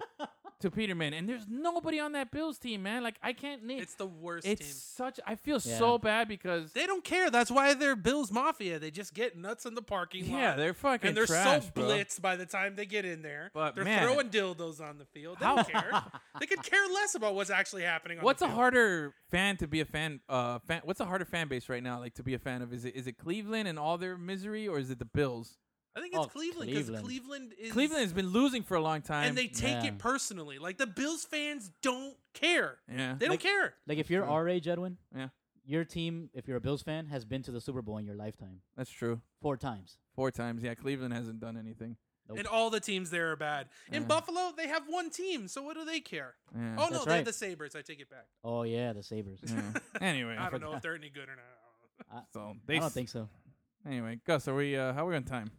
S5: to Peterman, and there's nobody on that Bills team, man. Like I can't name.
S6: it's the worst
S5: it's
S6: team.
S5: such. I feel
S3: Yeah.
S5: so bad because
S6: They don't care. That's why they're Bills Mafia. They just get nuts in the parking lot.
S5: yeah, they're fucking
S6: and they're
S5: trash,
S6: so
S5: bro.
S6: blitzed by the time they get in there.
S5: But,
S6: they're
S5: man.
S6: throwing dildos on the field. They
S5: How-
S6: don't care. they could care less about what's actually happening. On
S5: What's
S6: the
S5: a
S6: field.
S5: harder fan to be a fan? Uh, fan. What's a harder fan base right now? Like to be a fan of? Is it is it Cleveland and all their misery, or is it the Bills?
S6: I think it's
S3: Oh,
S6: Cleveland because
S3: Cleveland.
S6: Cleveland. is
S5: Cleveland has been losing for a long time,
S6: and they take
S3: Yeah.
S6: it personally. Like the Bills fans don't care.
S5: Yeah.
S6: they don't
S5: Like-
S6: care.
S3: Like if you're our age, Edwin,
S5: Yeah.
S3: your team, if you're a Bills fan, has been to the Super Bowl in your lifetime
S5: That's true.
S3: four times.
S5: Four times. Yeah, Cleveland hasn't done anything.
S3: Nope.
S6: And all the teams there are bad. In
S5: Yeah.
S6: Buffalo, they have one team, so what do they care?
S5: Yeah.
S6: Oh no,
S3: That's
S6: they
S3: right.
S6: have the Sabres. I take it back.
S3: Oh yeah, the Sabers.
S5: Yeah. Anyway,
S6: I don't know if they're any good or not.
S5: So they
S3: I don't
S5: s-
S3: think so.
S5: Anyway, Gus, are we? Uh, how are we on time?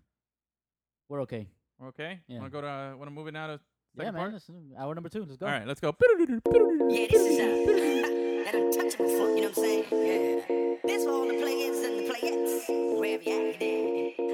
S3: We're okay.
S5: We're Okay.
S3: Yeah.
S5: Want to go to? Uh, Want to move it now to second
S3: yeah,
S5: part?
S3: man. listen, Hour number two. Let's go.
S5: All right, let's go.
S7: Yeah, this is a that untouchable funk, you know what I'm saying? Yeah. This for all the players and the playettes. Wherever you at, you dig?